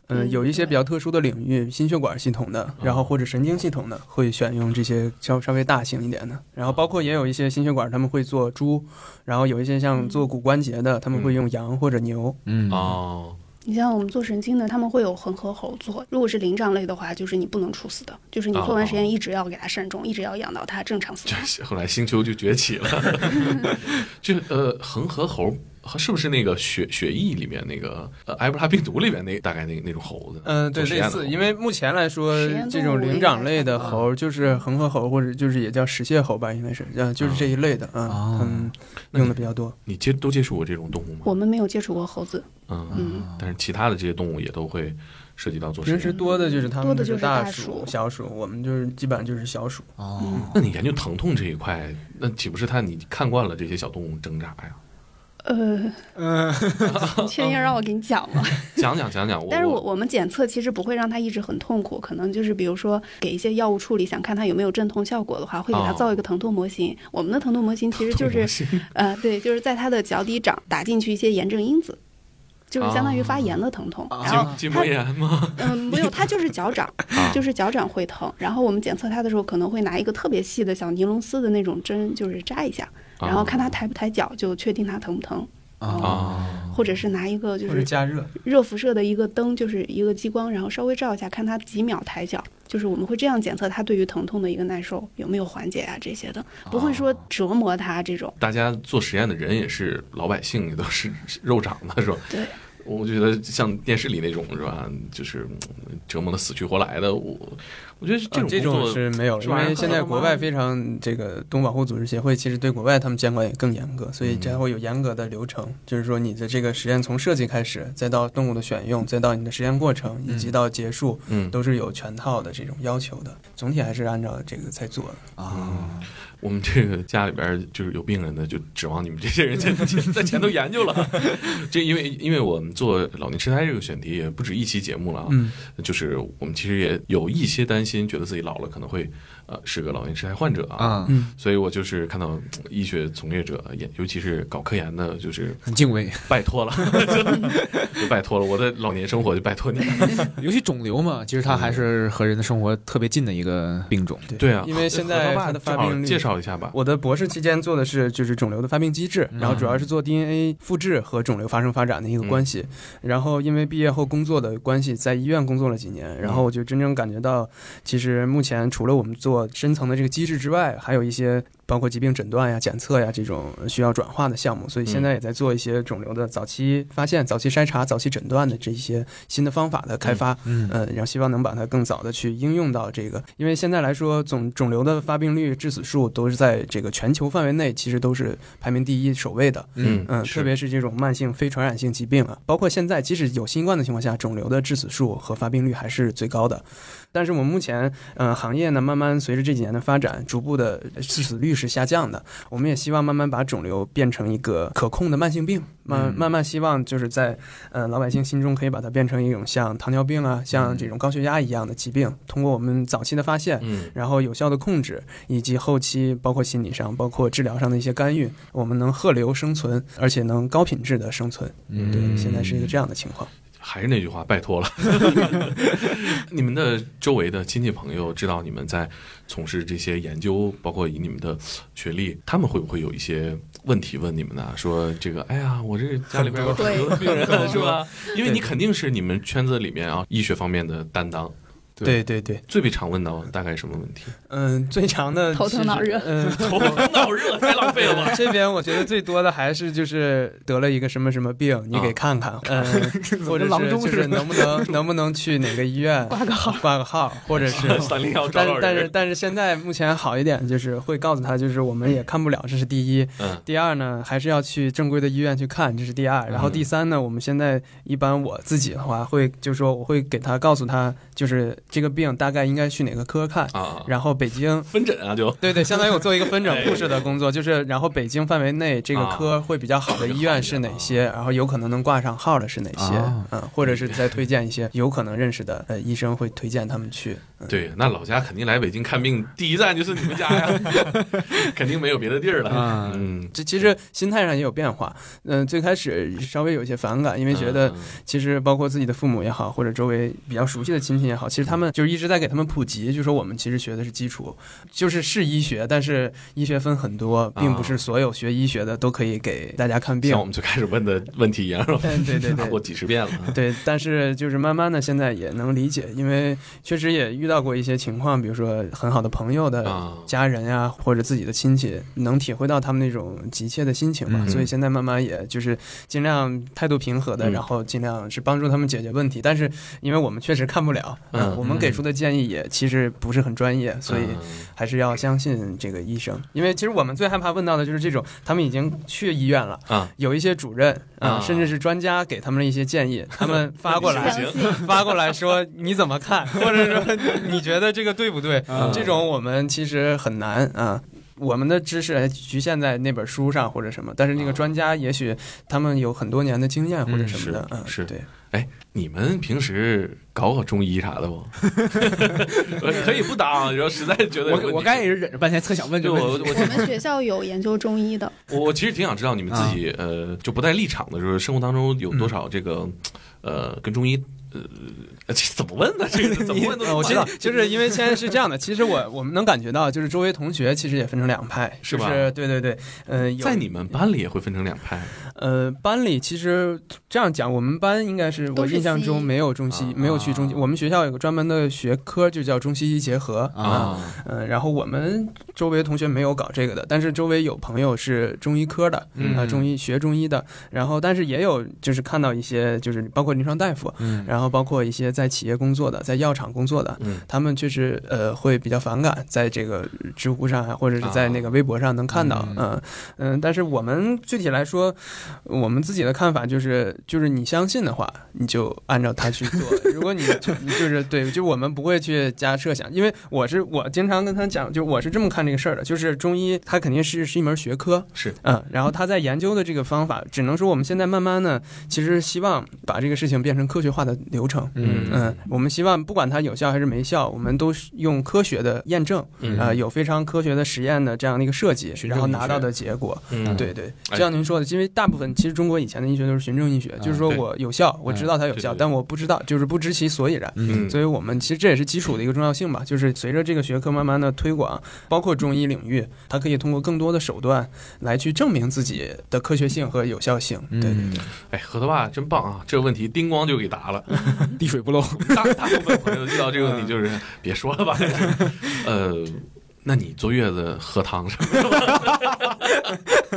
Speaker 2: 嗯，
Speaker 4: 嗯
Speaker 2: 有一些
Speaker 4: 对
Speaker 2: 比较特殊的领域，心血管系统的，然后或者神经系统的，会选用这些稍稍微大型一点的。然后包括也有一些心血管，他们会做猪，然后有一些
Speaker 4: 嗯
Speaker 2: 像做骨关节的，他们会用羊或者牛。
Speaker 5: 嗯
Speaker 1: 哦，
Speaker 4: 你像我们做神经的，他们会有混合猴做。如果是灵长类的话，就是你不能处死的，就是
Speaker 2: 哦
Speaker 4: 你做完实验一直要给它慎重，一直要养到它正常死
Speaker 1: 就
Speaker 4: 亡。
Speaker 1: 是后来星球就崛起了， 就呃恒河猴是不是那个血血液里面那个呃埃博拉病毒里面那大概那那种猴子？
Speaker 2: 嗯，对，
Speaker 1: 做实验
Speaker 2: 类
Speaker 1: 的
Speaker 2: 似，
Speaker 1: 猴
Speaker 2: 因为目前来说
Speaker 4: 实验，
Speaker 2: 这
Speaker 4: 动物
Speaker 2: 种灵
Speaker 4: 应
Speaker 2: 长
Speaker 4: 该啊
Speaker 2: 类的
Speaker 4: 看
Speaker 2: 猴就是恒河猴，或者就是也叫石蟹猴吧，应该是，嗯，就是这一类的啊
Speaker 5: 哦，
Speaker 2: 嗯，用的比较多。
Speaker 1: 你接都接触过这种动物吗？
Speaker 4: 我们没有接触过猴子，
Speaker 1: 嗯，
Speaker 4: 嗯，
Speaker 1: 但是其他的这些动物也都会涉及到做实
Speaker 2: 平时
Speaker 1: 验。
Speaker 2: 多的就是他
Speaker 4: 多
Speaker 2: 们
Speaker 4: 的就是
Speaker 2: 大
Speaker 4: 大
Speaker 2: 鼠、
Speaker 4: 鼠
Speaker 2: 小鼠，我们就是基本上就是小鼠。
Speaker 5: 哦，
Speaker 1: 那你研究疼痛这一块，那岂不是它你看惯了这些小动物挣扎呀？
Speaker 4: 呃，
Speaker 2: 嗯，
Speaker 4: 你 确定要让我给你讲吗？
Speaker 1: 讲讲讲讲，我
Speaker 4: 但是我我们检测其实不会让它一直很痛苦，可能就是比如说给一些药物处理，想看它有没有镇痛效果的话，会给它
Speaker 1: 哦
Speaker 4: 造一个疼痛模型。我们的疼痛模型其实就
Speaker 1: 痛模
Speaker 4: 是，呃，对，就是在它的脚底掌打进去一些炎症因子，就是相当于发炎的疼痛。然后
Speaker 1: 筋筋膜炎吗？
Speaker 4: 嗯，没有，它就是脚掌， 就是脚掌会疼。然后我们检测它的时候，可能会拿一个特别细的小尼龙丝的那种针，就是扎一下， 然后
Speaker 2: 啊
Speaker 4: 看它抬不抬脚，就确定它疼不疼。
Speaker 1: 啊，
Speaker 4: 或者是拿一个就
Speaker 2: 或者
Speaker 4: 是
Speaker 2: 加热。
Speaker 4: 热辐射的一个灯，就是一个激光，然后稍微照一下，看它几秒抬脚。就是我们会这样检测它对于疼痛的一个耐受有没有缓解啊这些的，不会说
Speaker 2: 啊
Speaker 4: 折磨它这种。
Speaker 1: 大家做实验的人也是老百姓，也都是是肉长的是吧？
Speaker 4: 对，
Speaker 1: 我觉得像电视里那种是吧，就是嗯折磨的死去活来的，我我觉得这
Speaker 2: 呃
Speaker 1: 种
Speaker 2: 这
Speaker 1: 工
Speaker 2: 种
Speaker 1: 作
Speaker 2: 是没有，
Speaker 1: 是
Speaker 2: 因
Speaker 1: 吧
Speaker 2: 为现在国外非常这个动物保护组织协会其实对国外他们监管也更严格，所以
Speaker 1: 嗯
Speaker 2: 这还会有严格的流程，就是说你的这个实验从设计开始，再到动物的选用，再到你的实验过程，以及到结束，
Speaker 1: 嗯，
Speaker 2: 都是有全套的这种要求的。总体还是按照这个在做的。
Speaker 5: 啊，
Speaker 1: 我们这个家里边就是有病人的，就指望你们这些 人在在前头研究了。这因为因为我们做老年痴呆这个选题也不止一期节目了啊，
Speaker 2: 嗯
Speaker 1: 就是我们其实也有一些担心，觉得自己老了可能会呃是个老年痴呆患者啊。
Speaker 5: 啊，
Speaker 2: 嗯，
Speaker 1: 所以我就是看到嗯医学从业者，也尤其是搞科研的，就是
Speaker 5: 很敬畏，
Speaker 1: 拜托 了，就拜托了，我的老年生活就拜托 你了。
Speaker 5: 尤其肿瘤嘛，其实它还是和人的生活特别近的一个病种。
Speaker 1: 对啊，
Speaker 2: 因为现
Speaker 1: 何
Speaker 2: 在
Speaker 1: 爸
Speaker 2: 它的
Speaker 1: 正
Speaker 2: 发
Speaker 1: 好
Speaker 2: 病率
Speaker 1: 介绍一下吧。
Speaker 2: 我的博士期间做的是就是肿瘤的发病机制，然后主要是做 DNA 复制和肿瘤发生发展的一个关系。然后因为毕业后工作的关系，在医院工作了几年，然后我就真正感觉到，其实目前除了我们做深层的这个机制之外，还有一些包括疾病诊断呀、检测呀这种需要转化的项目。所以现在也在做一些肿瘤的早期发现、早期筛查、早期诊断的这一些新的方法的开发。
Speaker 5: 嗯
Speaker 2: 嗯，然后希望能把它更早的去应用到这个，因为现在来说，总肿瘤的发病率、致死数都是在这个全球范围内，其实都是排名第一首位的。
Speaker 1: 嗯
Speaker 2: 嗯，
Speaker 1: 是
Speaker 2: 特别是这种慢性非传染性疾病啊，包括现在即使有新冠的情况下，肿瘤的致死数和发病率还是最高的。但是我们目前，呃，行业呢，慢慢随着这几年的发展，逐步的致死率是下降的。我们也希望慢慢把肿瘤变成一个可控的慢性病，慢
Speaker 1: 嗯
Speaker 2: 慢慢希望就是在，呃，老百姓心中可以把它变成一种像糖尿病啊，像这种高血压一样的疾病，通过我们早期的发现，
Speaker 1: 嗯
Speaker 2: 然后有效的控制，以及后期包括心理上、包括治疗上的一些干预，我们能鹤留生存，而且能高品质的生存。
Speaker 1: 嗯
Speaker 2: 对，现在是一个这样的情况。
Speaker 1: 还是那句话，拜托 了。你们的周围的亲戚朋友知道你们在从事这些研究，包括以你们的学历，他们会不会有一些问题问你们呢？说这个，哎呀，我 这家里边有
Speaker 4: 很多
Speaker 1: 很多病人
Speaker 4: 对
Speaker 1: 是吧？因为你肯定是你们圈子里面啊医学方面的担当，
Speaker 2: 对对对，
Speaker 1: 最被常问到的大概什么 问题？
Speaker 2: 嗯，最长的
Speaker 4: 头疼
Speaker 2: 其实
Speaker 4: 脑热
Speaker 2: 嗯，
Speaker 1: 头 疼脑热，太浪费了吧？。
Speaker 2: 这边我觉得最多的还是就是得了一个什么什么病，你给看看，嗯，或
Speaker 5: 怎么
Speaker 2: 者是
Speaker 5: 郎中
Speaker 2: 就
Speaker 5: 似
Speaker 2: 是
Speaker 5: 的
Speaker 2: 能不能能不能去哪个医院挂个号，挂个号，或者是
Speaker 1: 三零幺找
Speaker 2: 但
Speaker 1: 找
Speaker 2: 是但是
Speaker 1: 人，
Speaker 2: 但是现在目前好一点，就是会告诉他，就是我们也看不了，这是第一。
Speaker 1: 嗯
Speaker 2: 第二呢，还是要去正规的医院去看，这是第二。然后
Speaker 1: 嗯
Speaker 2: 第三呢，我们现在一般我自己的话会，就说我会给他告诉他，就是这个病大概应该去哪个科看，
Speaker 1: 啊，
Speaker 2: 然后 北京
Speaker 1: 分诊啊就
Speaker 2: 对对，相当于我做一个分诊
Speaker 1: 哎哦
Speaker 2: 护士的工作，就是然后北京范围内这个科会比较好的医院是哪些，然后有可能能挂上号的是哪些
Speaker 1: 啊，
Speaker 2: 嗯，或者是再推荐一些有可能认识的呃医生会推荐他们去。
Speaker 1: 对，那老家肯定来北京看病，第一站就是你们家 呀，肯定没有别的地儿了
Speaker 5: 啊。
Speaker 1: 嗯，
Speaker 2: 这其实心态上也有变化，嗯、最开始稍微有一些反感，因为觉得
Speaker 1: 嗯
Speaker 2: 其实包括自己的父母也好，或者周围比较熟悉的亲戚也好，其实他
Speaker 1: 嗯
Speaker 2: 们就是一直在给他们普及，就说我们其实学的是基础，就是是医学，但是医学分很多，并
Speaker 1: 啊
Speaker 2: 不是所有学医学的都可以给大家看病
Speaker 1: 像我。们最开始问的问题一样，是吧？
Speaker 2: 嗯，对对
Speaker 1: 答过
Speaker 2: 对。
Speaker 1: 几十遍了。
Speaker 2: 对，但是就是慢慢的，现在也能理解，因为确实也遇到过一些情况，比如说很好的朋友的
Speaker 1: 啊，
Speaker 2: 家人呀、或者自己的亲戚，能体会到他们那种急切的心情嘛。
Speaker 1: 嗯
Speaker 2: 所以现在慢慢也就是尽量态度平和的，
Speaker 1: 嗯
Speaker 2: 然后尽量是帮助他们解决问题。但是因为我们确实看不了，呃
Speaker 1: 嗯
Speaker 2: 我们给出的建议也其实不是很专业，所以
Speaker 1: 嗯
Speaker 2: 还是要相信这个医生，因为其实我们最害怕问到的就是这种，他们已经去医院了，
Speaker 1: 啊，
Speaker 2: 有一些主任啊、
Speaker 1: 啊
Speaker 2: 甚至是专家给他们的一些建议，他们发过
Speaker 1: 不
Speaker 2: 来
Speaker 1: 行
Speaker 2: 发过来说你怎么 看，或者说你你觉得这个对不对？
Speaker 1: 啊
Speaker 2: 这种我们其实很难啊。我们的知识还局限在那本书上或者什么，但是那个
Speaker 1: 啊
Speaker 2: 专家也许他们有很多年的经验或者什么的，
Speaker 1: 嗯
Speaker 2: 嗯，
Speaker 1: 是是
Speaker 2: 对，
Speaker 1: 你们平时搞搞中医啥的 不？可以不答，然后实在觉得有问题
Speaker 5: 我我刚才也是忍着半天，特想问这
Speaker 1: 就
Speaker 5: 个
Speaker 1: 我
Speaker 5: 问
Speaker 1: 我
Speaker 5: 题。
Speaker 4: 我们学校有研究中医的，
Speaker 1: 我我其实挺想知道你们
Speaker 2: 啊
Speaker 1: 自己呃，就不带立场的，就是生活当中有多
Speaker 2: 嗯
Speaker 1: 少这个呃跟中医呃这怎么问呢？这个怎 么问
Speaker 2: 呃
Speaker 1: 都
Speaker 2: 我知道，就是因为现在是这样的，其实我我们能感觉到，就是周围同学其实也分成两派，
Speaker 1: 是
Speaker 2: 就
Speaker 1: 吧
Speaker 2: 是对对对，呃，有
Speaker 1: 在你们班里也会分成两派
Speaker 2: 呃班里其实这样讲，我们班应该是我
Speaker 4: 都是
Speaker 2: 印象
Speaker 4: 西
Speaker 2: 中
Speaker 4: 医
Speaker 2: 没有中西
Speaker 1: 啊，
Speaker 2: 没有去中，我们学校有个专门的学科就叫中西医结合
Speaker 5: 啊，
Speaker 2: 嗯、然后我们周围同学没有搞这个的，但是周围有朋友是中医科的，
Speaker 1: 嗯
Speaker 2: 呃，中医学中医的，然后但是也有就是看到一些就是包括临床大夫，
Speaker 5: 嗯
Speaker 2: 然后包括一些在企业工作的，在药厂工作的，
Speaker 1: 嗯
Speaker 2: 他们确实呃会比较反感，在这个知乎上啊，或者是在那个微博上能看到，
Speaker 5: 嗯
Speaker 2: 嗯嗯、但是我们具体来说，我们自己的看法就是，就是你相信的话，你就按照他去做； 如果你就你就是对，就我们不会去加设想，因为我是我经常跟他讲，就我是这么看这个事儿的，就是中医它肯定是是一门学科，
Speaker 1: 是
Speaker 2: 嗯，然后他在研究的这个方法，只能说我们现在慢慢呢，其实希望把这个事情变成科学化的流程。
Speaker 1: 嗯
Speaker 2: 嗯，我们希望不管它有效还是没效，我们都是用科学的验证，
Speaker 1: 嗯
Speaker 2: 呃，有非常科学的实验的这样的一个设计，
Speaker 5: 循证
Speaker 2: 然后
Speaker 5: 医
Speaker 2: 拿
Speaker 5: 学
Speaker 2: 到的结果。
Speaker 1: 嗯
Speaker 2: 对对，
Speaker 1: 哎
Speaker 2: 就像您说的，因为大部分其实中国以前的医学都是循证医学，就是说
Speaker 1: 嗯对
Speaker 2: 我有效，我知道它有
Speaker 1: 对
Speaker 2: 效，
Speaker 1: 对对
Speaker 2: 但我不知道，就是不知其所以然。
Speaker 1: 嗯
Speaker 2: 所以我们其实这也是基础的一个重要性吧，就是随着这个学科慢慢的推广，包括中医领域，它可以通过更多的手段来去证明自己的科学性和有效性。
Speaker 5: 嗯
Speaker 2: 对对对，
Speaker 1: 哎，核桃爸真棒啊！这个问题叮咣就给答了。
Speaker 5: 滴水 不漏。
Speaker 1: 大大部分朋友遇到这个问题就是别说了吧，呃，那你坐月子喝汤什么的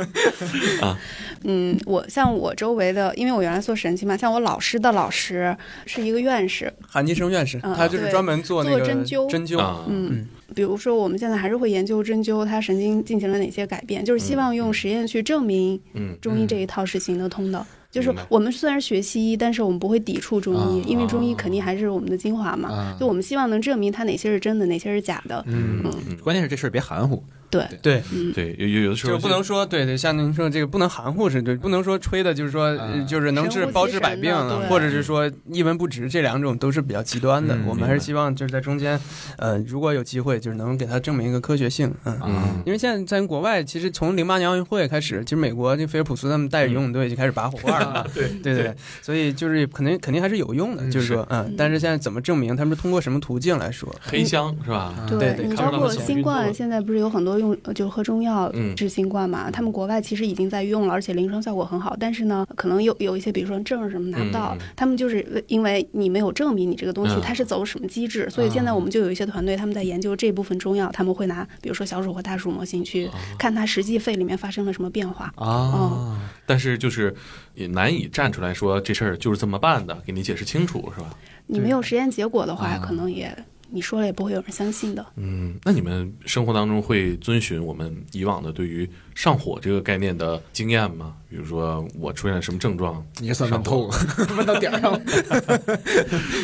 Speaker 4: 嗯，我像我周围的，因为我原来做神经嘛，像我老师的老师是一个院士，
Speaker 2: 韩基生院士，
Speaker 4: 嗯
Speaker 2: 他就是
Speaker 4: 对
Speaker 2: 专门做那
Speaker 4: 做
Speaker 2: 个
Speaker 4: 针灸
Speaker 2: 针灸，
Speaker 1: 啊？
Speaker 4: 嗯
Speaker 2: 嗯，
Speaker 4: 比如说我们现在还是会研究针灸它神经进行了哪些改变，就
Speaker 2: 嗯
Speaker 4: 是希望用实验去证明
Speaker 1: 嗯，
Speaker 4: 中医这一套是行得通的。就是
Speaker 1: 明白
Speaker 4: 我们虽然学西医，但是我们不会抵触中医，
Speaker 5: 啊
Speaker 4: 因为中医肯定还是我们的精华嘛。
Speaker 5: 啊
Speaker 4: 就我们希望能证明它哪些是真的，哪些是假的。
Speaker 5: 嗯
Speaker 1: 嗯
Speaker 5: 关键是这事儿别含糊，
Speaker 4: 对
Speaker 2: 对，
Speaker 4: 嗯，
Speaker 1: 对，有有有的时
Speaker 2: 就
Speaker 1: 候
Speaker 2: 不能说对对，像您说这个不能含糊是对，不能说吹的，就是说、呃
Speaker 5: 啊
Speaker 2: 就是能治
Speaker 4: 神乎
Speaker 2: 包
Speaker 4: 其
Speaker 2: 治百
Speaker 4: 神
Speaker 2: 病
Speaker 4: 的
Speaker 2: 啊，
Speaker 4: 对
Speaker 2: 或者是说一文不值，这两种都是比较极端的。
Speaker 5: 嗯
Speaker 2: 我们
Speaker 1: 明
Speaker 2: 还是
Speaker 1: 白
Speaker 2: 希望就是在中间，呃，如果有机会，就是能给它证明一个科学性，嗯。
Speaker 3: 啊
Speaker 5: 啊
Speaker 1: 嗯
Speaker 2: 因为现在在国外，其实从零八年奥运会开始，其实美国这菲尔普斯他们带着游泳队就开始拔火罐了嘛，
Speaker 1: 对
Speaker 2: 对对，所以就是肯定肯定还是有用的，
Speaker 5: 嗯
Speaker 2: 就是说，嗯
Speaker 4: 嗯，
Speaker 2: 但是现在怎么证明？他们是通过什么途径来说？
Speaker 1: 黑箱是吧？
Speaker 2: 啊对
Speaker 4: 对
Speaker 2: 对
Speaker 4: 你
Speaker 1: 看不
Speaker 4: 包
Speaker 1: 到
Speaker 4: 括
Speaker 1: 的小
Speaker 4: 新
Speaker 1: 运
Speaker 4: 冠，
Speaker 1: 动
Speaker 4: 现在不是有很多用，呃就是喝中药
Speaker 1: 嗯
Speaker 4: 治新冠嘛？他们国外其实已经在用了，而且临床效果很好。但是呢，可能有有一些，比如说证什么拿不到
Speaker 1: 嗯嗯，
Speaker 4: 他们就是因为你没有证明你这个东西
Speaker 1: 嗯
Speaker 4: 它是走什么机制，所以现在我们就有一些团队他们在研究这部分中药，他们会拿比如说小鼠和大鼠模型去
Speaker 1: 哦
Speaker 4: 看它实际肺里面发生了什么变化。嗯
Speaker 2: 啊，
Speaker 1: 但是就是也难以站出来说这事儿就是这么办的，给你解释清楚是吧？
Speaker 4: 你没有实验结果的
Speaker 1: 啊
Speaker 4: 话，可能也你说了也不会有人相信的。
Speaker 1: 嗯，那你们生活当中会遵循我们以往的对于上火这个概念的经验吗？比如说我出现了什么症状，
Speaker 3: 你也算问透了，问到点儿上了。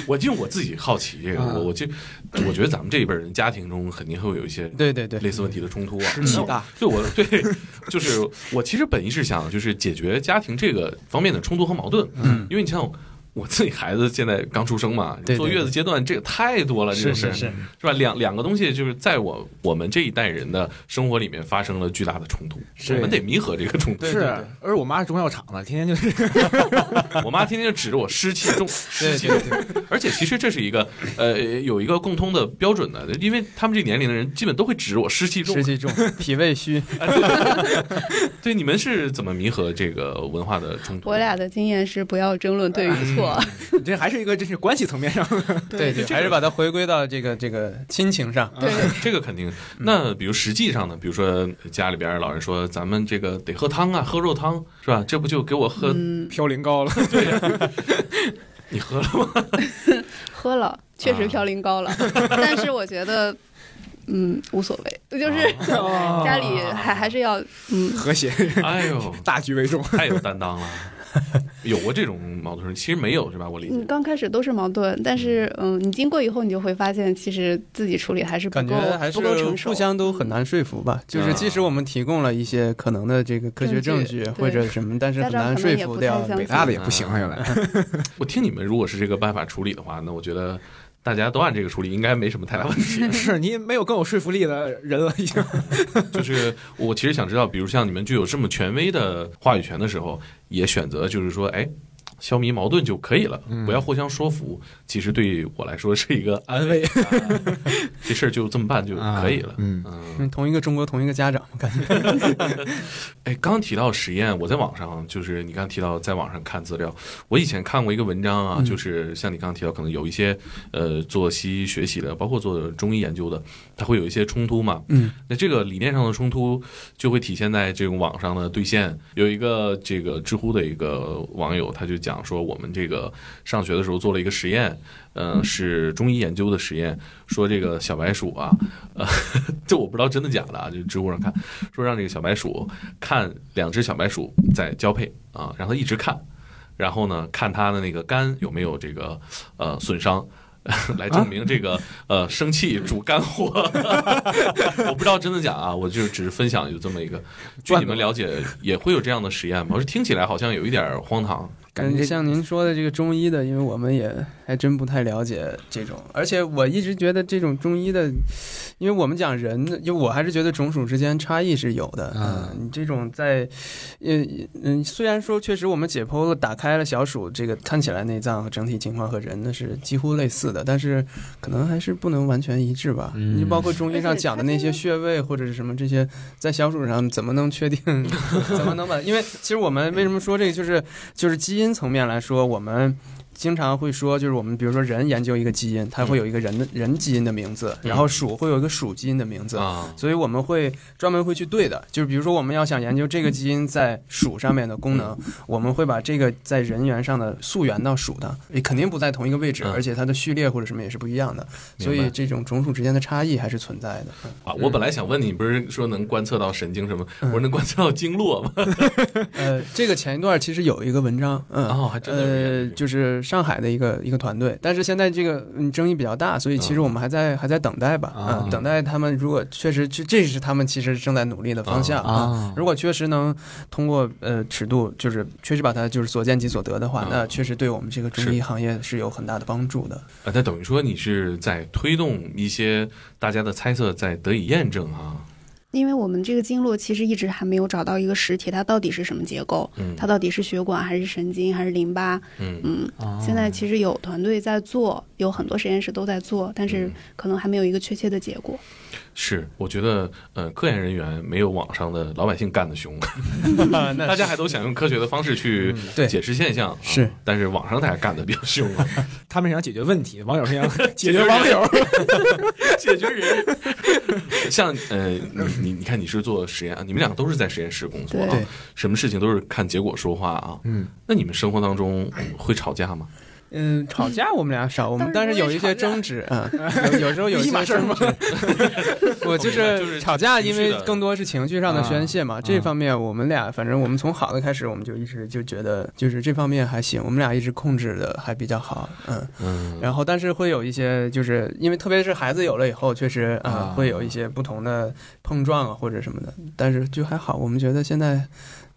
Speaker 1: 我就我自己好奇这个，
Speaker 3: 啊
Speaker 1: 我我就我觉得咱们这一辈人家庭中肯定会有一些
Speaker 2: 对对对，
Speaker 1: 类似问题的冲突啊，
Speaker 2: 湿气大，
Speaker 1: 对我对， 就是我其实本意是想就是解决家庭这个方面的冲突和矛盾，
Speaker 2: 嗯，
Speaker 1: 因为你像我自己孩子现在刚出生嘛，
Speaker 2: 对对
Speaker 1: 坐月子阶段这个太多了，这
Speaker 2: 是
Speaker 1: 种
Speaker 2: 是
Speaker 1: 事
Speaker 2: 是，
Speaker 1: 是吧？两两个东西就是在我我们这一代人的生活里面发生了巨大的冲突，
Speaker 3: 是
Speaker 1: 我们得弥合这个冲突。
Speaker 3: 是，
Speaker 5: 啊
Speaker 3: 而我妈是中药厂的，天天就是
Speaker 1: 我妈天天就指着我湿气重，湿气重，而且其实这是一个呃有一个共通的标准的，因为他们这年龄的人基本都会指着我湿气重
Speaker 2: 湿。气重，脾胃虚，
Speaker 1: 对，你们是怎么弥合这个文化的冲突？
Speaker 4: 我俩的经验是不要争论对与错，
Speaker 3: 你这还是一个真是关系层面上的。
Speaker 2: 对对，
Speaker 1: 这个
Speaker 2: 还是把它回归到这个这个亲情上，
Speaker 3: 啊
Speaker 1: 嗯
Speaker 4: 对，
Speaker 1: 这个肯
Speaker 4: 嗯
Speaker 1: 定。那比如实际上呢，比如说家里边老人说咱们这个得喝汤啊，喝肉汤是吧？这不就给我 喝？
Speaker 4: 嗯，
Speaker 3: 嘌呤高了，
Speaker 1: 你喝了吗？
Speaker 4: 喝了确实
Speaker 1: 啊
Speaker 4: 嘌呤高了，但是我觉得，嗯，无所谓，就是家里还还是要，嗯，
Speaker 3: 和谐，
Speaker 1: 哎呦，
Speaker 3: 大局为重。
Speaker 1: 太有担当了。有过这种矛盾，其实没有是吧？我理
Speaker 4: 你
Speaker 1: 解。
Speaker 4: 嗯刚开始都是矛盾，但是嗯，你经过以后，你就会发现，其实自己处理还是不
Speaker 2: 感觉
Speaker 4: 够
Speaker 2: 还，是
Speaker 4: 不够成熟，啊
Speaker 2: 互相都很难说服吧。就是即使我们提供了一些可能的这个科学证据
Speaker 4: 证据
Speaker 2: 或者什么，但是
Speaker 4: 家
Speaker 2: 很
Speaker 4: 长
Speaker 2: 难
Speaker 4: 可
Speaker 2: 说
Speaker 4: 能也
Speaker 2: 服
Speaker 4: 不
Speaker 2: 掉
Speaker 4: 太。相
Speaker 3: 北
Speaker 4: 信。
Speaker 3: 大的也不行啊，原 来。
Speaker 1: 我听你们如果是这个办法处理的话，那我觉得大家都按这个处理，应该没什么太大问题。
Speaker 3: 是你没有更有说服力的人了，已经。
Speaker 1: 就是我其实想知道，比如像你们具有这么权威的话语权的时候，也选择就是说，哎。消弭矛盾就可以了，不要互相说服。其实对我来说是一个安
Speaker 3: 哎
Speaker 1: 慰，啊这事儿就这么办就可以了。
Speaker 3: 嗯，
Speaker 1: 嗯，
Speaker 2: 嗯，同一个中国，同一个家长，感觉
Speaker 1: 哎，刚提到实验，我在网上就是你刚提到在网上看资料，我以前看过一个文章啊，就是像你刚刚提到，可能有一些呃做西医学习的，包括做中医研究的，它会有一些冲突嘛。
Speaker 2: 嗯，
Speaker 1: 那这个理念上的冲突就会体现在这种网上的兑现。有一个这个知乎的一个网友，他就讲说，我们这个上学的时候做了一个实验，呃，是中医研究的实验，说这个小白鼠啊，呃， 这我不知道真的假的啊，就知乎上看说让这个小白鼠。看两只小白鼠在交配啊，让它一直看，然后呢，看它的那个肝有没有这个呃损伤。 来证明这个、呃生气主肝火， 我不知道真的假啊，我就只是分享有这么一个。据你们了解，也会有这样的实验吗？我是听起来好像有一点儿荒唐。
Speaker 3: 感觉这
Speaker 2: 嗯像您说的这个中医的，因为我们也还真不太了解这种，而且我一直觉得这种中医的，因为我们讲人，因为我还是觉得种属之间差异是有的。
Speaker 3: 啊
Speaker 2: 嗯，你这种在，嗯嗯，虽然说确实我们解剖了、打开了小鼠，这个看起来内脏和整体情况和人的是几乎类似的，但是可能还是不能完全一致吧。
Speaker 3: 嗯
Speaker 2: 你包括中医上讲的那些穴位或者是什么这些，在小鼠上怎么能确定？ 怎么能把？因为其实我们为什么说这个，就是就是基因层面来说，我们。经常会说，就是我们比如说人研究一个基因，它会有一个人的人基因的名字，
Speaker 1: 嗯
Speaker 2: 然后鼠会有一个鼠基因的名字，
Speaker 1: 啊，
Speaker 2: 所以我们会专门会去对的。就是比如说我们要想研究这个基因在鼠上面的功能，我们会把这个在人员上的溯源到鼠的，也肯定不在同一个位置，
Speaker 1: 嗯
Speaker 2: 而且它的序列或者什么也是不一样的，所
Speaker 1: 明
Speaker 2: 以
Speaker 1: 白
Speaker 2: 这种种属之间的差异还是存在的。嗯
Speaker 1: 啊，我本来想问你，不是说能观测到神经什么？我说能观测到经络吗？
Speaker 2: 呃，这个前一段其实有一个文章，嗯，
Speaker 1: 哦还真的有一个
Speaker 2: 呃，就是上海的一个一个团队，但是现在这个嗯争议比较大，所以其实我们还在、还在等待吧，啊、
Speaker 3: 啊
Speaker 2: 等待他们如果确实这这是他们其实正在努力的方向啊。
Speaker 3: 啊，
Speaker 2: 如果确实能通过呃尺度，就是确实把它就是所见即所得的话，
Speaker 1: 嗯
Speaker 2: 那确实对我们这个中
Speaker 1: 是
Speaker 2: 医行业是有很大的帮助的。
Speaker 1: 啊，那等于说你是在推动一些大家的猜测在得以验证啊，
Speaker 4: 因为我们这个经络其实一直还没有找到一个实体，它到底是什么结构，
Speaker 1: 嗯，
Speaker 4: 它到底是血管还是神经还是淋巴？
Speaker 1: 嗯
Speaker 4: 嗯，
Speaker 3: 啊
Speaker 4: 现在其实有团队在做，有很多实验室都在做，但是
Speaker 1: 嗯
Speaker 4: 可能还没有一个确切的结果。
Speaker 1: 是，我觉得呃，科研人员没有网上的老百姓干的凶，啊大家还都想用科学的方式去
Speaker 2: 嗯对
Speaker 1: 解释现象，啊
Speaker 2: 是，
Speaker 1: 但是网上大家干的比较凶 啊，
Speaker 3: 他们是想解决问题，网友是 想解决网友，
Speaker 1: 解决人。 像呃，你你你看，你是做实验啊，你们两个都是在实验室工作啊
Speaker 4: 对，
Speaker 1: 什么事情都是看结果说话啊。
Speaker 3: 嗯，
Speaker 1: 那你们生活当中会吵架吗？
Speaker 2: 嗯，吵架我们俩少，我们
Speaker 3: 当
Speaker 2: 但
Speaker 3: 然
Speaker 2: 是有一些争执，嗯，有有时候有
Speaker 3: 一
Speaker 2: 些
Speaker 3: 码事儿
Speaker 2: 争
Speaker 3: 吗
Speaker 2: 执。 我就
Speaker 1: 就是是
Speaker 2: 吵架，
Speaker 1: 情
Speaker 2: 因
Speaker 1: 绪
Speaker 2: 为
Speaker 1: 的嗯
Speaker 2: 更多是情绪上的宣泄嘛。嗯这方面我们俩，反正我们从好的开始，我们就一直就觉得就是这方面还行，我们俩一直控制的还比较好，嗯。
Speaker 1: 嗯，
Speaker 2: 然后但是会有一些，就是因为特别是孩子有了以后，确实啊、
Speaker 3: 啊
Speaker 2: 会有一些不同的碰撞啊或者什么的，但是就还好，我们觉得现在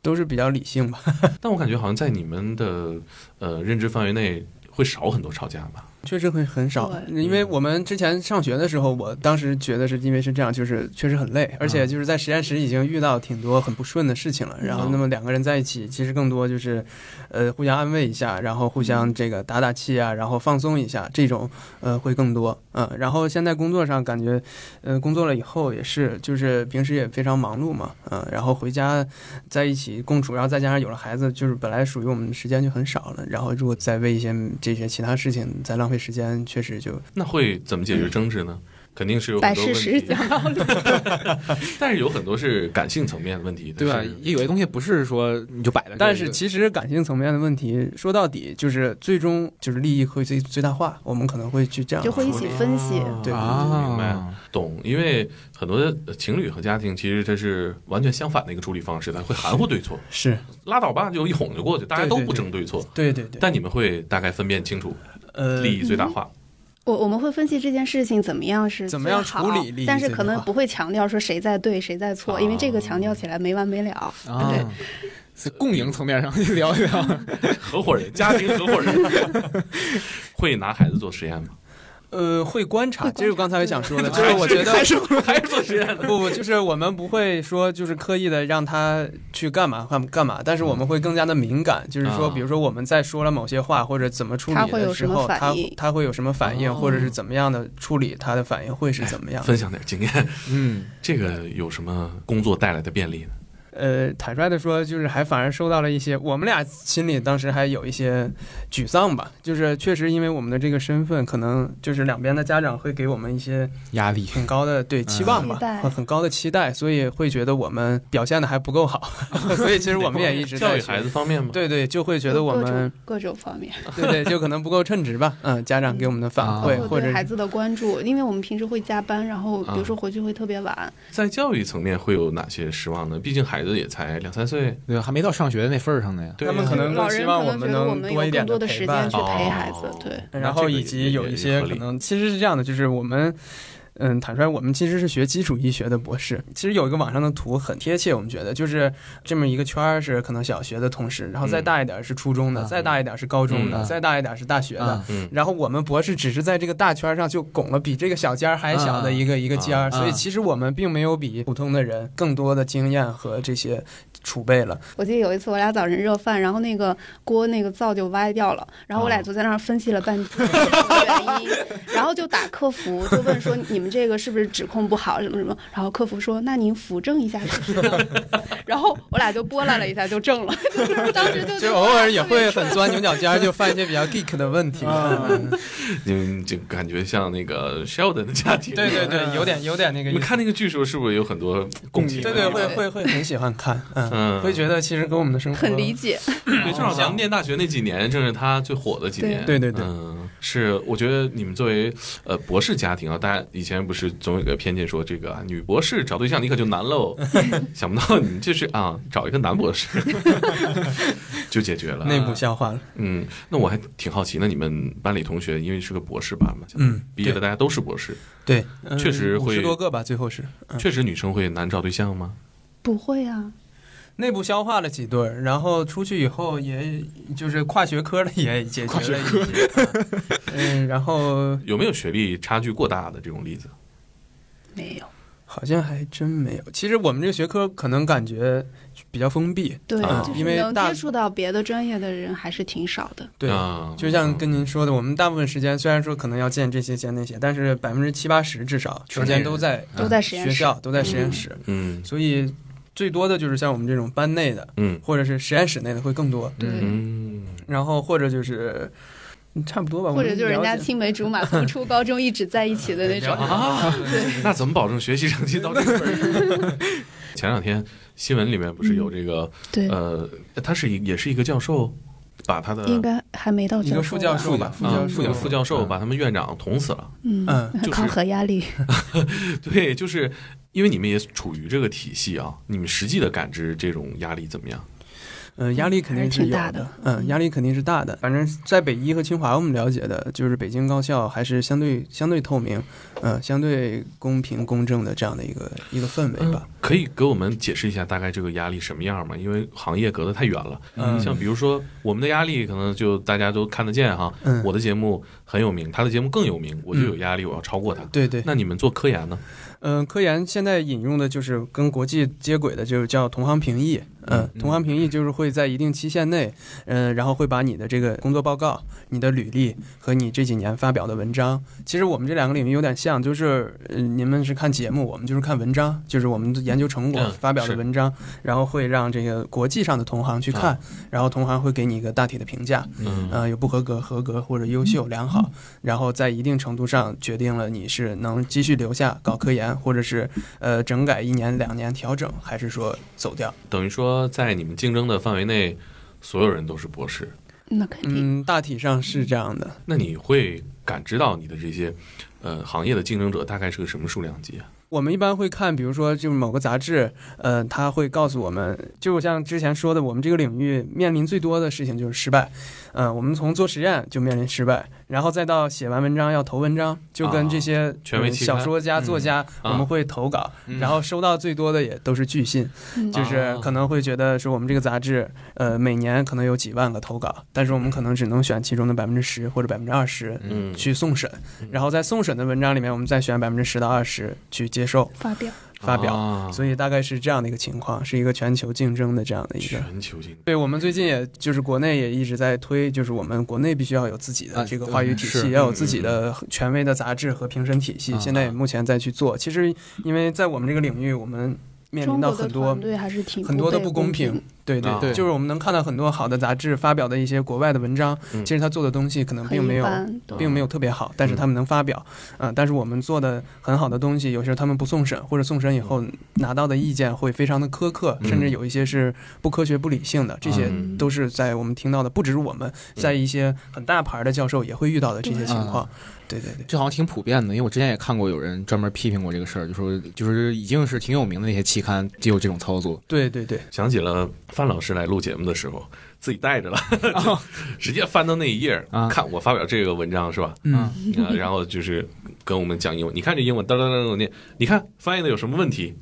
Speaker 2: 都是比较理性吧。
Speaker 1: 但我感觉好像在你们的呃认知范围内会少很多吵架吧。
Speaker 2: 确实会很少，
Speaker 4: 对
Speaker 2: 因为我们之前上学的时候，我当时觉得是因为是这样，就是确实很累，而且就是在实验室已经遇到挺多很不顺的事情了。然后，那么两个人在一起，其实更多就是，呃，互相安慰一下，然后互相这个打打气啊，然后放松一下，这种呃会更多。嗯、然后现在工作上感觉，呃，工作了以后也是，就是平时也非常忙碌嘛，嗯、然后回家在一起共处，然后再加上有了孩子，就是本来属于我们的时间就很少了，然后如果再为一些这些其他事情再浪费时间，确实就
Speaker 1: 那会怎么解决争执呢？肯定是有
Speaker 4: 摆
Speaker 1: 很多问
Speaker 4: 事
Speaker 1: 题
Speaker 4: 实，讲道理，
Speaker 1: 但是有很多是感性层面的问题，
Speaker 3: 对吧
Speaker 1: 但是？
Speaker 3: 也有些东西不是说你就摆在这儿，
Speaker 2: 但是其实感性层面的问题，说到底就是最终就是利益会最最大化，我们可能会去这样
Speaker 4: 就会一起分析。
Speaker 2: 对
Speaker 3: 啊，
Speaker 1: 明白懂，因为很多的情侣和家庭其实它是完全相反的一个处理方式，它会含糊对错，
Speaker 2: 是
Speaker 1: 拉倒吧就一哄就过去，大家
Speaker 2: 对
Speaker 1: 都
Speaker 2: 对
Speaker 1: 不
Speaker 2: 对
Speaker 1: 争对错。
Speaker 2: 对对对，
Speaker 1: 但你们会大概分辨清楚
Speaker 2: 呃
Speaker 1: 利益最大化，
Speaker 4: 我我们会分析这件事情怎么样是
Speaker 2: 怎么样
Speaker 4: 最好
Speaker 2: 处理利益
Speaker 4: 但是
Speaker 2: 最哦
Speaker 4: 可能
Speaker 2: 大化
Speaker 4: 不会强调说谁在对谁在错，因为这个强调起来没完没了。
Speaker 3: 啊
Speaker 4: 对，
Speaker 3: 是共赢层面上去聊一 聊，
Speaker 1: 合伙人、家庭合伙人会拿孩子做实验吗？
Speaker 2: 呃会观察，
Speaker 4: 会观察
Speaker 2: 这是刚才我想 说的，
Speaker 4: 对
Speaker 2: 就是我觉得
Speaker 1: 还是还是做实验的。
Speaker 2: 不不，就是我们不会说就是刻意的让他去干嘛干干嘛，但是我们会更加的敏感，就是说，
Speaker 1: 嗯啊
Speaker 2: 比如说我们在说了某些话或者怎么处
Speaker 4: 他
Speaker 2: 理
Speaker 4: 会
Speaker 2: 的
Speaker 4: 有
Speaker 2: 时
Speaker 4: 什么
Speaker 2: 候，
Speaker 4: 反
Speaker 2: 他
Speaker 4: 应
Speaker 2: 他会有什么反应，
Speaker 1: 哦
Speaker 2: 或者是怎么样的处理，他的反应会是怎么样的？
Speaker 1: 分享点经验，
Speaker 3: 嗯，
Speaker 1: 这个有什么工作带来的便利呢？
Speaker 2: 呃，坦率的说，就是还反而受到了一些，我们俩心里当时还有一些沮丧吧，就是确实因为我们的这个身份，可能就是两边的家长会给我们一些
Speaker 3: 压力
Speaker 2: 很高的对期望吧
Speaker 4: 期待，
Speaker 2: 很很高的期待，所以会觉得我们表现的还不够好， 所以其实我们也一直
Speaker 1: 教
Speaker 2: 在
Speaker 1: 育
Speaker 2: 学
Speaker 1: 孩子方面吗？
Speaker 2: 对对，就会觉得我
Speaker 4: 各
Speaker 2: 们
Speaker 4: 种各种方面，
Speaker 2: 对对，就可能不够称职吧。 嗯，家长给我们的反
Speaker 3: 啊
Speaker 2: 馈，
Speaker 4: 包括
Speaker 2: 或者啊
Speaker 4: 对孩子的关注，因为我们平时会加班，然后比如说回去会特别晚，
Speaker 1: 在教育层面会有哪些失望呢？毕竟孩子也才两三岁，
Speaker 3: 对吧？还没到上学的那份儿上呢，
Speaker 1: 对
Speaker 2: 他们
Speaker 1: 呀
Speaker 2: 可能
Speaker 4: 老
Speaker 2: 更希
Speaker 4: 人
Speaker 2: 望
Speaker 4: 可
Speaker 2: 我
Speaker 4: 能觉
Speaker 2: 们
Speaker 4: 得我
Speaker 2: 能多
Speaker 4: 们有
Speaker 2: 一
Speaker 4: 更
Speaker 2: 点
Speaker 4: 多的
Speaker 2: 陪
Speaker 4: 时
Speaker 2: 伴
Speaker 4: 间去，陪孩子
Speaker 1: 哦，
Speaker 4: 对。
Speaker 2: 然
Speaker 1: 那
Speaker 2: 后
Speaker 1: 这个
Speaker 2: 以
Speaker 1: 也
Speaker 2: 及有
Speaker 1: 也
Speaker 2: 一
Speaker 1: 也
Speaker 2: 些
Speaker 1: 合
Speaker 2: 可
Speaker 1: 理
Speaker 2: 能其实是这样的，就是我们。嗯，坦率，我们其实是学基础医学的博士。其实有一个网上的图很贴切，我们觉得就是这么一个圈儿是可能小学的同时，然后再
Speaker 1: 嗯
Speaker 2: 大一点是初中的，
Speaker 3: 啊
Speaker 2: 再大一点是高中的，
Speaker 3: 嗯啊
Speaker 2: 再大一点是大学的，
Speaker 3: 啊
Speaker 1: 嗯，
Speaker 2: 然后我们博士只是在这个大圈上就拱了比这个小尖儿还小的一个一个尖儿，
Speaker 3: 啊
Speaker 2: 所以其实我们并没有比普通的人更多的经验和这些储备了。
Speaker 4: 我记得有一次我俩早晨热饭，然后那个锅那个灶就歪掉了，然后我
Speaker 2: 啊
Speaker 4: 俩就在那儿分析了半天 是什么原因，然后就打客服，就问说你们这个是不是指控不好什么什么，然后客服说那您扶正一下是不是呢？ 然后我俩就波澜了一下就正了， 就是当时就
Speaker 2: 就偶尔也会很钻牛角尖儿，就犯一些比较 geek 的问题。嗯
Speaker 1: 嗯，就感觉像那个 Sheldon 的家庭。
Speaker 2: 对对
Speaker 3: 嗯
Speaker 2: 对，有点有点那个
Speaker 1: 你
Speaker 2: 意
Speaker 1: 们
Speaker 2: 思。
Speaker 1: 看那个剧时候是不是有很多共情？啊
Speaker 2: 对对，会会会很喜欢看，嗯，
Speaker 1: 嗯
Speaker 2: 会觉得其实跟我们的生活
Speaker 4: 很理解，
Speaker 1: 对，正好咱们念大学那几年，正是他最火的几年。
Speaker 2: 对对对
Speaker 1: 嗯，是，我觉得你们作为呃博士家庭啊，大家以前不是总有个偏见说这个啊女博士找对象立刻就难喽，想不到你们这是啊找一个男博士就解决了。
Speaker 2: 内部消化了。
Speaker 1: 嗯，那我还挺好奇，那你们班里同学因为是个博士班嘛，
Speaker 2: 嗯，
Speaker 1: 毕业的大家都是博士，
Speaker 2: 对，嗯
Speaker 1: 确实会
Speaker 2: 十多个吧，最后是
Speaker 1: 确实女生会难找对象吗？
Speaker 4: 不会啊，
Speaker 2: 内部消化了几对儿，然后出去以后也就是跨学科的也解决了一些，嗯，然后
Speaker 1: 有没有学历差距过大的这种例子？
Speaker 4: 没有。
Speaker 2: 好像还真没有。其实我们这个学科可能感觉比较封闭，
Speaker 4: 对，
Speaker 1: 啊
Speaker 4: 就是
Speaker 2: 因为
Speaker 4: 能
Speaker 2: 大
Speaker 4: 接触到别的专业的人还是挺少的。
Speaker 2: 对，
Speaker 1: 啊，
Speaker 2: 就像跟
Speaker 1: 嗯
Speaker 2: 您说的，我们大部分时间虽然说可能要见这些见那些，但是百分之七八十至少时间都在
Speaker 4: 都在实验
Speaker 2: 啊学
Speaker 4: 室
Speaker 2: 校，都在实验室，
Speaker 1: 嗯
Speaker 2: 所以最多的就是像我们这种班内的
Speaker 1: 嗯
Speaker 2: 或者是实验室内的会更多，
Speaker 4: 对
Speaker 1: 嗯，
Speaker 2: 然后或者就是嗯差不多吧，
Speaker 4: 或者就是人
Speaker 2: 我
Speaker 4: 家
Speaker 2: 们了解
Speaker 4: 青梅竹马，从初高中一直在一起的那种。
Speaker 1: 啊， 那怎么保证学习成绩到这个份儿上？ 前两天新闻里面不是有这个、
Speaker 4: 对，
Speaker 2: 啊
Speaker 1: 呃，他是一也是一个教授，把他的
Speaker 4: 嗯应该还没到
Speaker 2: 一个副教
Speaker 4: 吧
Speaker 2: 授吧，副
Speaker 1: 啊
Speaker 2: 教
Speaker 1: 副
Speaker 2: 授，
Speaker 1: 教副教授把他们院长捅死了。
Speaker 4: 嗯
Speaker 2: 嗯，
Speaker 1: 就是
Speaker 4: 考核压力。
Speaker 1: 对，就是因为你们也处于这个体系啊，你们实际的感知这种压力怎么样？
Speaker 2: 嗯，压力肯定是有
Speaker 4: 还是挺大的
Speaker 2: 嗯，压力肯定是大的。反正在北医和清华，我们了解的就是北京高校还是相对相对透明，嗯，相对公平公正的这样的一个一个氛围吧。
Speaker 1: 嗯可以给我们解释一下大概这个压力什么样吗？因为行业隔得太远了。
Speaker 2: 嗯
Speaker 1: 像比如说我们的压力，可能就大家都看得见哈。
Speaker 2: 嗯，
Speaker 1: 我的节目很有名，他的节目更有名，我就有压力，我要超过他。
Speaker 2: 对对，
Speaker 1: 那你们做科研呢？
Speaker 2: 嗯，科研现在引用的就是跟国际接轨的，就是叫同行评议。嗯，同行评议就是会在一定期限内，嗯，然后会把你的这个工作报告、你的履历和你这几年发表的文章，其实我们这两个领域有点像，就是呃，你们是看节目，我们就是看文章，就是我们的研究成果
Speaker 1: 嗯
Speaker 2: 发表的
Speaker 1: 是啊
Speaker 2: 文章，然后会让这个国际上的同行去看，然后同行会给你一个大体的评价。
Speaker 1: 嗯
Speaker 2: 呃，有不合格、合格或者优秀、良好，然后在一定程度上决定了你是能继续留下搞科研，或者是呃整改一年、两年调整，还是说走掉？
Speaker 1: 等于说在你们竞争的范围内，所有人都是博士，
Speaker 4: 那肯定，
Speaker 2: 嗯，大体上是这样的。
Speaker 1: 那你会感知到你的这些呃行业的竞争者大概是个什么数量级啊？
Speaker 2: 我们一般会看，比如说就是某个杂志，呃，它会告诉我们，就像之前说的，我们这个领域面临最多的事情就是失败。呃，我们从做实验就面临失败，然后再到写完文章要投文章，就跟这些、
Speaker 1: 啊权威
Speaker 2: 呃
Speaker 1: 期
Speaker 2: 小
Speaker 1: 刊
Speaker 2: 说家、作家，
Speaker 1: 啊
Speaker 2: 我们会投稿，
Speaker 3: 嗯
Speaker 2: 然后收到最多的也都是拒信。
Speaker 4: 嗯
Speaker 1: 啊
Speaker 2: 就是可能会觉得说我们这个杂志，呃，每年可能有几万个投稿，但是我们可能只能选其中的百分之十或者百分之二十
Speaker 1: 嗯
Speaker 2: 去送审，然后在送审的文章里面，我们再选百分之十到二十去接受
Speaker 4: 发表。
Speaker 2: 发表。
Speaker 1: 啊
Speaker 2: 所以大概是这样的一个情况，是一个全球竞争的这样的一个。
Speaker 1: 全球性
Speaker 2: 对我们最近也就是国内也一直在推，就是我们国内必须要有自己的
Speaker 3: 啊
Speaker 2: 这个话语体系，
Speaker 3: 对是
Speaker 2: 要有自己的权威的杂志和评审体系。
Speaker 3: 啊
Speaker 2: 现在也目前在去做。其实因为在我们这个领域，我们面
Speaker 4: 中
Speaker 2: 临到
Speaker 4: 国的
Speaker 2: 很多
Speaker 4: 团队还是挺
Speaker 2: 很多的
Speaker 4: 不
Speaker 2: 不
Speaker 4: 被
Speaker 2: 公
Speaker 4: 平
Speaker 2: 平。。对对
Speaker 1: 啊
Speaker 2: 对，就是我们能看到很多好的杂志发表的一些国外的文章，
Speaker 1: 嗯
Speaker 2: 其实他做的东西可能
Speaker 4: 很
Speaker 2: 并
Speaker 4: 一
Speaker 2: 没有。
Speaker 4: 般对
Speaker 2: 并没有特别好，但是他们能发表，嗯、但是我们做的很好的东西，有时候他们不送审，或者送审以后拿到的意见会非常的苛刻，
Speaker 1: 嗯
Speaker 2: 甚至有一些是不科学、不理性的，这些
Speaker 1: 嗯
Speaker 2: 都是在我们听到的，不只是我们，在一些很大牌的教授也会遇到的这些情况。对对对，
Speaker 3: 这好像挺普遍的，因为我之前也看过有人专门批评过这个事儿，就说就是已经是挺有名的那些期刊就有这种操作，
Speaker 2: 对对对，
Speaker 1: 想起了范老师来录节目的时候，自己带着 了，直接翻到那一页儿
Speaker 3: 啊
Speaker 1: 看我发表这个文章是吧？
Speaker 2: 嗯，
Speaker 1: 啊，然后就是跟我们讲英文，你看这英文噔噔噔噔念，你看翻译的有什么问题？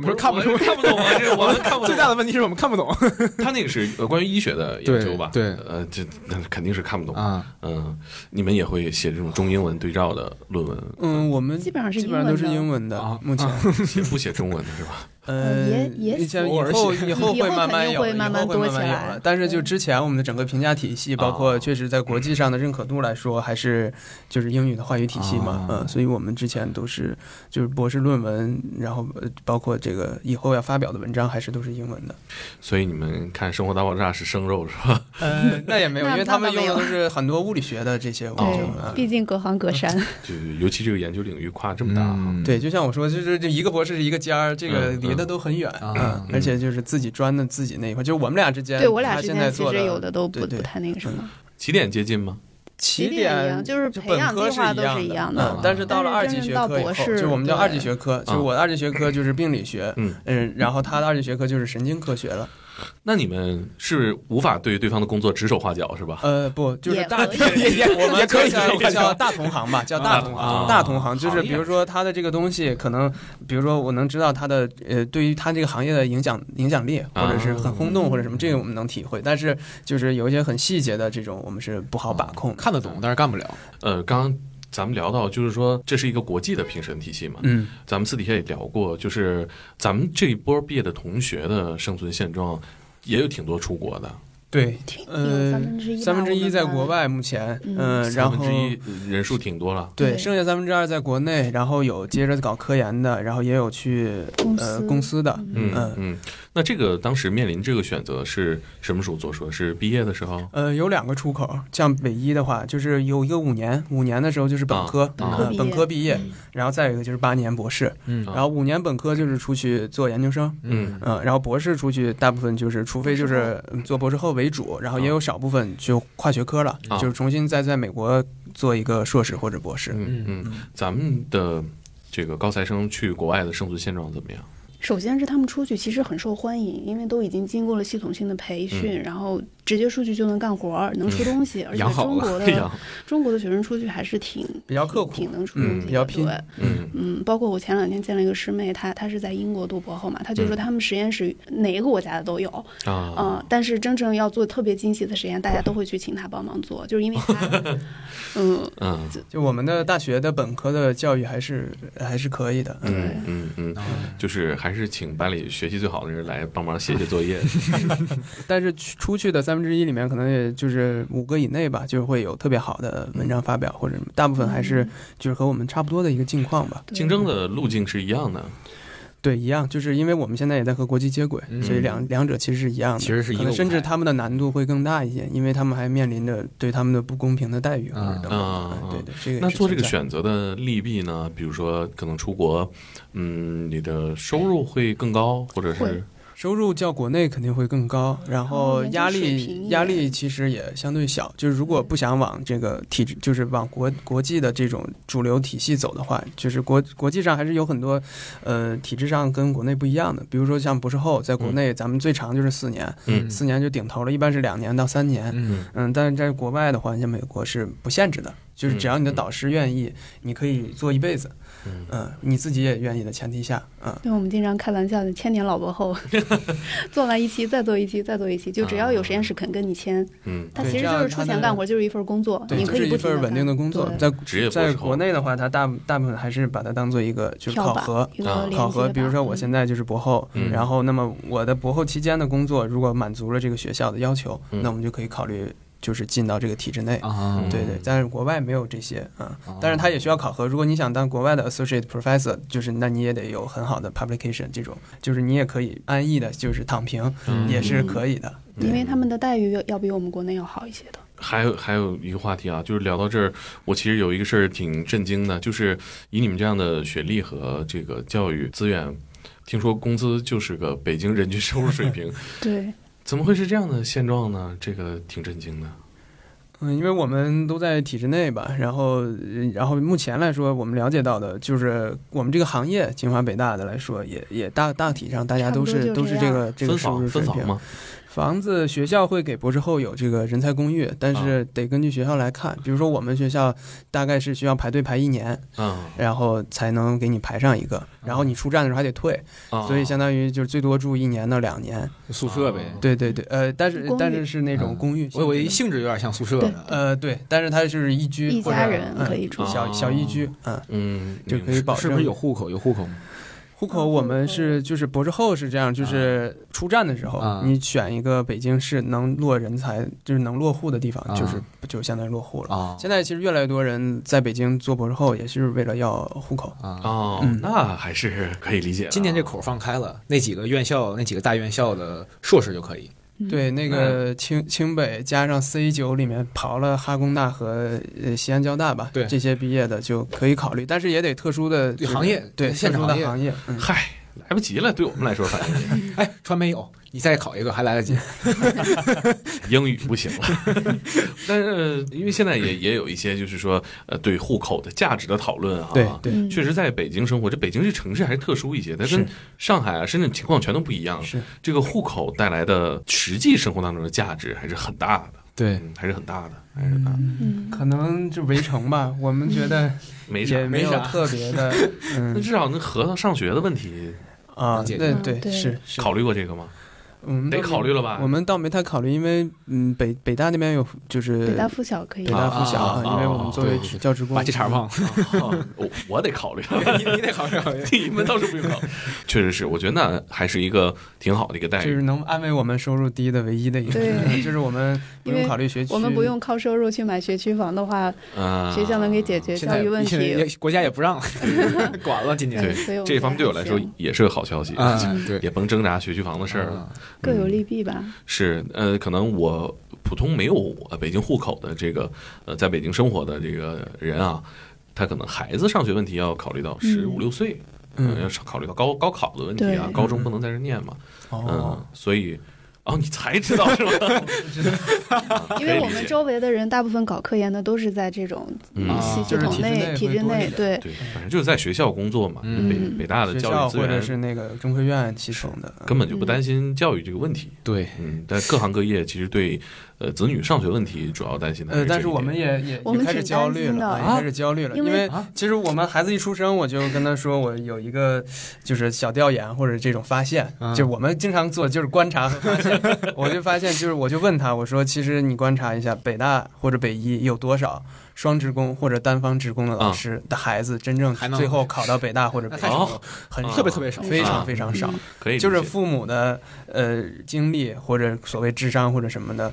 Speaker 1: 我说我看不懂啊，这个我们看不懂。
Speaker 3: 最大的问题是我们看不懂
Speaker 1: 他那个是呃关于医学的研究吧？
Speaker 3: 对对
Speaker 1: 呃，这那肯定是看不懂。
Speaker 3: 啊，
Speaker 1: 嗯，你们也会写这种中英文对照的论文，
Speaker 2: 嗯，我们
Speaker 4: 基本上是
Speaker 2: 基本上都是
Speaker 4: 英
Speaker 2: 英文的，
Speaker 3: 啊
Speaker 2: 目前。
Speaker 1: 写不写中文的是 吧？
Speaker 2: 呃，
Speaker 4: 也嗯也
Speaker 2: 你像以
Speaker 3: 偶尔
Speaker 2: 后
Speaker 3: 写
Speaker 2: 以后会慢慢有，以后会
Speaker 4: 以后肯定会
Speaker 2: 慢
Speaker 4: 慢
Speaker 2: 慢
Speaker 4: 慢
Speaker 2: 有
Speaker 4: 多起来
Speaker 2: 了。但是就之前我们的整个评价体系，包括确实在国际上的认可度来说，还是就是英语的话语体系嘛
Speaker 3: 啊，
Speaker 2: 嗯，所以我们之前都是就是博士论文，然后呃包括这个以后要发表的文章，还是都是英文的。
Speaker 1: 所以你们看《生活大爆炸》是生肉是吧？
Speaker 2: 呃， 那也没有，
Speaker 4: 那
Speaker 2: 因为他们
Speaker 4: 那倒
Speaker 2: 用的
Speaker 4: 没有
Speaker 2: 都是很多物理学的这些文章嗯
Speaker 4: 对，。毕竟隔行隔山。
Speaker 1: 就尤其这个研究领域跨这
Speaker 3: 这
Speaker 1: 么
Speaker 3: 么
Speaker 1: 大
Speaker 3: 大
Speaker 1: 哈。
Speaker 3: 啊，
Speaker 2: 对，就像我说，就是这一个博士是一个尖儿，这个
Speaker 1: 嗯
Speaker 2: 离得都很远，
Speaker 3: 嗯
Speaker 2: 嗯
Speaker 3: 啊，
Speaker 2: 而且就是自己钻的自己那一块，就是我们俩之间，
Speaker 4: 对我俩
Speaker 2: 他
Speaker 4: 之
Speaker 2: 现在
Speaker 4: 间其
Speaker 2: 做
Speaker 4: 实
Speaker 2: 的
Speaker 4: 有的都不
Speaker 2: 对对嗯
Speaker 4: 不太那个什么。
Speaker 1: 起点接近吗？
Speaker 2: 起
Speaker 4: 点一样，就是
Speaker 2: 就
Speaker 4: 培养
Speaker 2: 本科
Speaker 4: 计划
Speaker 2: 一
Speaker 4: 都是一
Speaker 2: 的
Speaker 4: 样
Speaker 2: 嗯
Speaker 4: 的。
Speaker 2: 但是到了二
Speaker 4: 但是
Speaker 2: 级
Speaker 4: 真
Speaker 2: 学
Speaker 4: 正到
Speaker 2: 科以
Speaker 4: 博
Speaker 2: 后，
Speaker 4: 士
Speaker 2: 就是我们叫二级
Speaker 4: 对啊
Speaker 2: 学科，就是我的二级学科就是病理学，
Speaker 1: 嗯
Speaker 2: 嗯，然后他的二级学科就是神经科学了，
Speaker 1: 那你们是无法对对方的工作指手画脚是吧？
Speaker 2: 呃，不，就是
Speaker 4: 也
Speaker 2: 大
Speaker 4: 可以
Speaker 2: 我们
Speaker 1: 可以
Speaker 2: 叫
Speaker 1: 也可以
Speaker 2: 叫大同行吧，叫大同
Speaker 1: 啊
Speaker 2: 行，大同行就是
Speaker 3: 行业
Speaker 2: 比如说他的这个东西，可能比如说我能知道他的呃，对于他这个行业的影响影响力，或者是很轰动或者什么，这个我们能体会，但是就是有一些很细节的这种，我们是不好把控，
Speaker 1: 啊
Speaker 3: 看得懂，，但是干不了。
Speaker 1: 呃，刚刚咱们聊到，就是说这是一个国际的评审体系嘛，
Speaker 2: 嗯，
Speaker 1: 咱们私底下也聊过，就是咱们这一波毕业的同学的生存现状，也有挺多出国的，
Speaker 2: 对，
Speaker 4: 挺有
Speaker 2: 呃
Speaker 4: 三分之一吧，
Speaker 2: 三分之
Speaker 4: 我
Speaker 2: 一
Speaker 4: 们
Speaker 2: 在
Speaker 4: 班
Speaker 2: 国，外目前，
Speaker 4: 嗯
Speaker 2: 嗯，然
Speaker 1: 三
Speaker 2: 后
Speaker 1: 分之一人数挺多了。
Speaker 2: 对，
Speaker 4: 对
Speaker 2: 剩下三分之二在国内，然后有接着搞科研的，然后也有去
Speaker 4: 公
Speaker 2: 呃
Speaker 4: 司
Speaker 2: 公司的，
Speaker 1: 嗯
Speaker 2: 嗯
Speaker 1: 嗯，那这个当时面临这个选择是什么时候做出的？是毕业的时候？
Speaker 2: 呃，有两个出口，像北医的话，就是有一个五年，五年的时候就是本科，
Speaker 1: 啊
Speaker 2: 呃
Speaker 4: 本科毕业
Speaker 2: 本科毕业，然后再有一个就是八年博士，
Speaker 3: 嗯
Speaker 1: 啊
Speaker 2: 然后五年本科就是出去做研究生，
Speaker 1: 嗯
Speaker 2: 嗯、然后博士出去大部分就是，除非就是嗯做博士后为主，然后也有少部分就跨学科了，
Speaker 1: 啊
Speaker 2: 就是重新再在美国做一个硕士或者博士。
Speaker 1: 嗯嗯，咱们的这个高材生去国外的生存现状怎么样？
Speaker 4: 首先是他们出去其实很受欢迎，因为都已经经过了系统性的培训，
Speaker 2: 嗯
Speaker 4: 然后直接出去就能干活儿，能出东 西，而且
Speaker 1: 养好
Speaker 4: 中国
Speaker 1: 了，养
Speaker 4: 的中国的学生出去还是挺
Speaker 2: 比较刻苦
Speaker 4: 挺能出
Speaker 1: 嗯
Speaker 4: 东西的，
Speaker 2: 比较拼
Speaker 4: 对
Speaker 1: 嗯
Speaker 4: 嗯，包括我前两天见了一个师妹，她她是在英国读博后嘛，她就
Speaker 1: 嗯
Speaker 4: 说他们实验室哪个国家的都有，
Speaker 2: 哦
Speaker 4: 嗯、
Speaker 1: 啊，
Speaker 4: 但是真正要做特别精细的实验，大家都会去请她帮 忙做，就是因为她，嗯，
Speaker 1: 嗯
Speaker 2: 就我们的大学的本科的教育还是还是可以的，嗯
Speaker 1: 嗯嗯嗯，就是还是请班里学习最好的人来帮忙写写作业。
Speaker 2: 但是去出去的三分之一里面，可能也就是五个以内吧，就会有特别好的文章发表，或者什么大部分还
Speaker 3: 嗯
Speaker 2: 是就是和我们差不多的一个境况吧。
Speaker 4: 对
Speaker 1: 竞争的路径是一样的，
Speaker 2: 对，一样，就是因为我们现在也在和国际接轨，
Speaker 3: 嗯
Speaker 2: 所以两两者其实是一样的。
Speaker 3: 其实是一个
Speaker 2: 可能甚
Speaker 3: 舞
Speaker 2: 至
Speaker 3: 台
Speaker 2: 他们的难度会更大一些，因为他们还面临着对他们的不公平的待遇或者等等。
Speaker 1: 啊
Speaker 2: 哎对对，这个也
Speaker 1: 那
Speaker 2: 是
Speaker 1: 做这个
Speaker 2: 存在
Speaker 1: 选择的利弊呢？比如说，可能出国，嗯，你的收入会更高，或者是
Speaker 4: 会
Speaker 2: 收入较国内肯定会更高，然后
Speaker 4: 哦研究
Speaker 2: 压
Speaker 4: 水平
Speaker 2: 力
Speaker 4: 也
Speaker 2: 压力其实也相对小。就是如果不想往这个体制，就是往国国际的这种主流体系走的话，就是国国际上还是有很多，呃，体制上跟国内不一样的。比如说像博士后，在国内咱们最长就是四年，
Speaker 1: 嗯
Speaker 2: 四年就顶头了，一般是两年到三年。
Speaker 3: 嗯
Speaker 2: 嗯，但是在国外的话，像美国是不限制的，就是只要你的导师愿意，你可以做一辈子。
Speaker 1: 嗯
Speaker 2: 嗯，你自己也愿意的前提下，嗯。
Speaker 4: 因为我们经常开玩笑的，千年老 博后，做完一期再做一期再做一期，就只要有实验室肯跟你签，
Speaker 1: 嗯
Speaker 4: 他
Speaker 2: 哦对
Speaker 4: 其实
Speaker 2: 这
Speaker 4: 就
Speaker 2: 样
Speaker 4: 是出
Speaker 2: 他
Speaker 4: 钱
Speaker 2: 的
Speaker 4: 干活，就是一份工作，
Speaker 2: 对，
Speaker 4: 你
Speaker 2: 这
Speaker 4: 可
Speaker 2: 是
Speaker 4: 以不
Speaker 2: 一
Speaker 4: 停
Speaker 2: 份
Speaker 4: 地
Speaker 2: 稳定的工作，
Speaker 4: 干对
Speaker 2: 在
Speaker 1: 职业博士
Speaker 2: 在
Speaker 1: 后
Speaker 2: 国内的话，它大大部分还是把它当做一个就是
Speaker 4: 跳
Speaker 2: 考
Speaker 4: 板
Speaker 2: 核。
Speaker 4: 有
Speaker 1: 啊
Speaker 4: 个连
Speaker 2: 考核，
Speaker 4: 接
Speaker 2: 比如
Speaker 4: 吧
Speaker 2: 说我
Speaker 4: 嗯
Speaker 2: 现在就是博后，
Speaker 1: 嗯
Speaker 2: 然后那么我的博后期间的工作如果满足了这个学校的要求，
Speaker 1: 嗯哦
Speaker 2: 那我们就可以考虑就是进到这个体制内。
Speaker 3: 啊，
Speaker 2: 对
Speaker 1: 嗯
Speaker 2: 对，但是国外没有这些啊，但是它也需要考核。如果你想当国外的 associate professor，就是那你也得有很好的 publication，这种就是你也可以安逸的，就是躺平、
Speaker 1: 嗯
Speaker 2: 也是可以的。
Speaker 4: 因为他们的待遇要要比我们国内要好一些的。
Speaker 1: 还有还有一个话题啊，就是聊到这儿，我其实有一个事儿挺震惊的，就是以你们这样的学历和这个教育资源，听说工资就是个北京人均收入水 平，
Speaker 4: 对，
Speaker 1: 怎么会是这样的现状呢？这个挺震惊的。
Speaker 2: 嗯，因为我们都在体制内吧，然后，呃然后目前来说，我们了解到的就是我们这个行业，清华北大的来说，也也大大体上大家都是
Speaker 4: 差不多就
Speaker 2: 都是
Speaker 4: 这
Speaker 2: 这
Speaker 4: 样
Speaker 2: 个这个
Speaker 1: 分
Speaker 2: 收入
Speaker 1: 房
Speaker 2: 水
Speaker 1: 分
Speaker 2: 平
Speaker 1: 房。吗？
Speaker 2: 房子学校会给博士后有这个人才公寓，但
Speaker 1: 啊
Speaker 2: 是得根据学校来看，比如说我们学校大概是需要排队排一年，
Speaker 1: 嗯，
Speaker 2: 然后才能给你排上一个，然后你出站的时候还得退，
Speaker 1: 啊
Speaker 2: 所以相当于就是最多住一年到两年。
Speaker 3: 宿舍呗。
Speaker 2: 对对对，呃，但是
Speaker 4: 公寓
Speaker 2: 但是是那种
Speaker 1: 啊
Speaker 3: 嗯
Speaker 2: 公寓，
Speaker 3: 我我一性质有点像宿舍
Speaker 4: 对
Speaker 3: 的，
Speaker 2: 呃，对，但是它就是一居，
Speaker 4: 一
Speaker 2: 或者
Speaker 4: 家人
Speaker 2: 嗯
Speaker 4: 可以住。
Speaker 2: 小小一
Speaker 3: 哦
Speaker 2: 居，嗯，
Speaker 1: 嗯，
Speaker 2: 就可以保
Speaker 3: 是
Speaker 2: 证。
Speaker 3: 不是有户口？有户口吗？
Speaker 2: 户口？我们是就是博士后是这样，就是出站的时候，
Speaker 3: 啊
Speaker 2: 你选一个北京市能落人才，就是能落户的地方，
Speaker 3: 啊
Speaker 2: 就是就相当于落户了。
Speaker 3: 啊
Speaker 2: 现在其实越来越多人在北京做博士后，也是为了要户口。
Speaker 3: 啊！
Speaker 1: 哦，
Speaker 2: 嗯
Speaker 1: 那还是可以理解的啊。
Speaker 3: 今年这口放开了，那几个院校、那几个大院校的硕士就可以。
Speaker 4: 嗯
Speaker 2: 对，那个清清北加上 C 九里面刨了哈工大和呃西安交大吧，
Speaker 3: 对
Speaker 2: 这些毕业的就可以考虑，但是也得特殊的
Speaker 3: 对行业
Speaker 2: 对
Speaker 3: 现
Speaker 2: 特殊
Speaker 3: 场
Speaker 2: 的
Speaker 3: 行业
Speaker 2: 行业，嗯
Speaker 1: 嗨，来不及了，对我们来说，反正
Speaker 3: 哎，传媒有，你再考一个还来得及。
Speaker 1: 英语不行了。 但是呃因为现在也也有一些就是说呃对户口的价值的讨论啊，
Speaker 2: 对对，
Speaker 4: 嗯
Speaker 1: 确实在北京生活，这北京这城市还是特殊一些，它跟
Speaker 2: 是
Speaker 1: 上海啊、深圳情况全都不一样。
Speaker 2: 是
Speaker 1: 这个户口带来的实际生活当中的价值还是很大的，
Speaker 2: 对，
Speaker 1: 嗯，还是很大的，还是很大的，
Speaker 4: 嗯
Speaker 2: 可能就围城 吧，我们觉得
Speaker 1: 没啥
Speaker 2: 也。没有
Speaker 3: 没啥
Speaker 2: 特别的，
Speaker 1: 那
Speaker 2: 嗯
Speaker 1: 至少那合同上学的问题
Speaker 2: 啊，
Speaker 3: 解决
Speaker 2: 对
Speaker 4: 嗯
Speaker 2: 对
Speaker 4: 对
Speaker 2: 是是，
Speaker 1: 考虑过这个 吗？
Speaker 2: 我们
Speaker 1: 得
Speaker 2: 倒没
Speaker 1: 考虑了吧
Speaker 2: 我们倒没太考虑，因为嗯，北北大那边有就是
Speaker 4: 北大附小可以
Speaker 2: 北大附小，
Speaker 3: 啊啊啊
Speaker 2: 因为我们作为
Speaker 3: 对对对
Speaker 2: 教职工，
Speaker 3: 把这茬儿忘 了，
Speaker 1: 哦我我得考虑。
Speaker 3: 你你得考虑考虑。
Speaker 1: 你们倒是不用 考虑，确实是，我觉得那还是一个挺好的一个待
Speaker 2: 就
Speaker 1: 遇。
Speaker 2: 是能安慰我们收入低的唯一的一个，
Speaker 4: 对
Speaker 2: 就是我们不
Speaker 4: 因
Speaker 2: 用
Speaker 4: 为
Speaker 2: 考虑学区，
Speaker 4: 我们不用靠收入去买学区房的话，
Speaker 1: 嗯，
Speaker 4: 学校能给 解决
Speaker 3: 现
Speaker 4: 教
Speaker 3: 在
Speaker 4: 育问
Speaker 3: 现在也
Speaker 4: 题。
Speaker 3: 国家也不让了，管了今 年。
Speaker 1: 对
Speaker 4: 所以我们
Speaker 1: 这方面对我
Speaker 4: 还
Speaker 1: 来
Speaker 4: 是
Speaker 1: 说也是个好消息，
Speaker 3: 啊，对，
Speaker 1: 也甭挣扎学区房的事儿了。
Speaker 3: 啊
Speaker 4: 各
Speaker 1: 嗯
Speaker 4: 有利弊吧。
Speaker 1: 是，呃，可能我普通没有呃北京户口的这个呃在北京生活的这个人啊，他可能孩子上学问题要考虑到十五六岁，呃
Speaker 2: 嗯
Speaker 1: 要考虑到高高考的问题啊，
Speaker 4: 对
Speaker 1: 高中不能在这念嘛，
Speaker 2: 哦
Speaker 1: 嗯，，所以。哦，你才知道是吧？ 啊可以
Speaker 4: 因为
Speaker 1: 理
Speaker 4: 我们
Speaker 1: 解
Speaker 4: 周围的人大部分搞科研的都是在这种
Speaker 1: 嗯
Speaker 4: 系
Speaker 2: 啊就是
Speaker 4: 统
Speaker 2: 体制内
Speaker 4: 体
Speaker 2: 会
Speaker 4: 制
Speaker 2: 多一
Speaker 4: 内
Speaker 2: 点
Speaker 4: 对
Speaker 1: 对，反正就是在学校工作嘛，
Speaker 3: 嗯
Speaker 1: 北
Speaker 4: 嗯
Speaker 1: 北大的
Speaker 2: 学
Speaker 1: 教
Speaker 2: 校
Speaker 1: 育资
Speaker 2: 或者
Speaker 1: 源
Speaker 2: 是嗯那个中科院系统的，
Speaker 1: 根本就不担心教育这个问题。
Speaker 3: 对，
Speaker 1: 嗯，但各行各业其实对呃子女上学问题主要担心的还这
Speaker 2: 呃，
Speaker 1: 一点。
Speaker 2: 但是我们也也
Speaker 4: 我
Speaker 2: 也
Speaker 4: 们
Speaker 2: 开始
Speaker 4: 挺
Speaker 2: 焦
Speaker 4: 担
Speaker 2: 虑
Speaker 4: 心的
Speaker 2: 了，啊
Speaker 3: 啊
Speaker 2: 也开始焦虑了，
Speaker 4: 因
Speaker 2: 因
Speaker 4: 为
Speaker 2: 为
Speaker 3: 啊
Speaker 2: 其实我们孩子一出生，我就跟他说，我有一个就是小调研或者这种发现，
Speaker 3: 啊
Speaker 2: 就我们经常做就是观 察和发现， 我就发现就是我就问他，我说其实你观察一下北大或者北医有多少双职工或者单方职工的老师的孩子真正
Speaker 3: 啊还能
Speaker 2: 最后考到北大或者北
Speaker 3: 那
Speaker 2: 医
Speaker 3: 太少
Speaker 1: 哦
Speaker 3: 了，
Speaker 2: 很
Speaker 1: 啊
Speaker 2: 少
Speaker 3: 特别特别少，
Speaker 2: 非
Speaker 1: 啊
Speaker 2: 常非常少
Speaker 4: 嗯，
Speaker 1: 可以理
Speaker 2: 就是
Speaker 1: 解
Speaker 2: 父母的呃经历或者所谓智商或者什么的，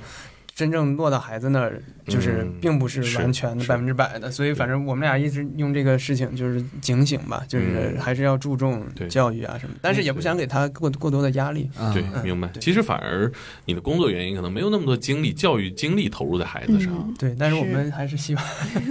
Speaker 2: 真正落到孩子那儿，就是
Speaker 1: 嗯
Speaker 2: 并不是
Speaker 1: 是
Speaker 2: 完全的
Speaker 1: 是
Speaker 2: 百分之百的。所以反正我们俩一直用这个事情就是警醒吧，就是
Speaker 1: 嗯
Speaker 2: 还是要注重
Speaker 1: 对
Speaker 2: 教育啊什么，但是也不想给他过过多的压力。
Speaker 3: 啊
Speaker 1: 对，
Speaker 2: 嗯
Speaker 1: 明白。
Speaker 2: 对
Speaker 1: 其实反而你的工作原因，可能没有那么多精力、教育精力投入在孩子上。
Speaker 4: 嗯，
Speaker 2: 对，但是
Speaker 4: 是
Speaker 2: 我们还是希望
Speaker 4: 嗯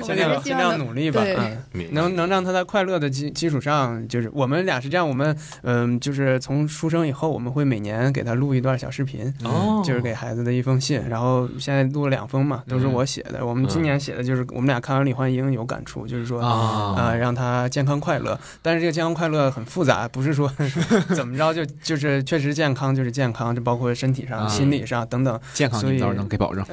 Speaker 4: 我
Speaker 2: 尽
Speaker 4: 们还
Speaker 2: 量
Speaker 4: 是希
Speaker 2: 尽
Speaker 4: 望
Speaker 2: 量
Speaker 4: 能
Speaker 2: 努力吧，
Speaker 4: 对
Speaker 2: 嗯，
Speaker 1: 明白
Speaker 2: 能能让他在快乐的基基础上，就是我们俩是这样，我们嗯，就是从出生以后，我们会每年给他录一段小视频，
Speaker 1: 哦，
Speaker 2: 嗯就是给孩子的一封信，然后现在录了两封嘛，都是我写的。我们今年写的就是我们俩看完《李焕英》有感触，就是说。
Speaker 3: 啊
Speaker 2: 呃，让他健康快乐，但是这个健康快乐很复杂，不是说 怎么着就就是确实健康就是健康，就包括身体上、
Speaker 3: 啊
Speaker 2: 心理上等等，
Speaker 3: 健康
Speaker 2: 所以
Speaker 3: 你到时候能给保证，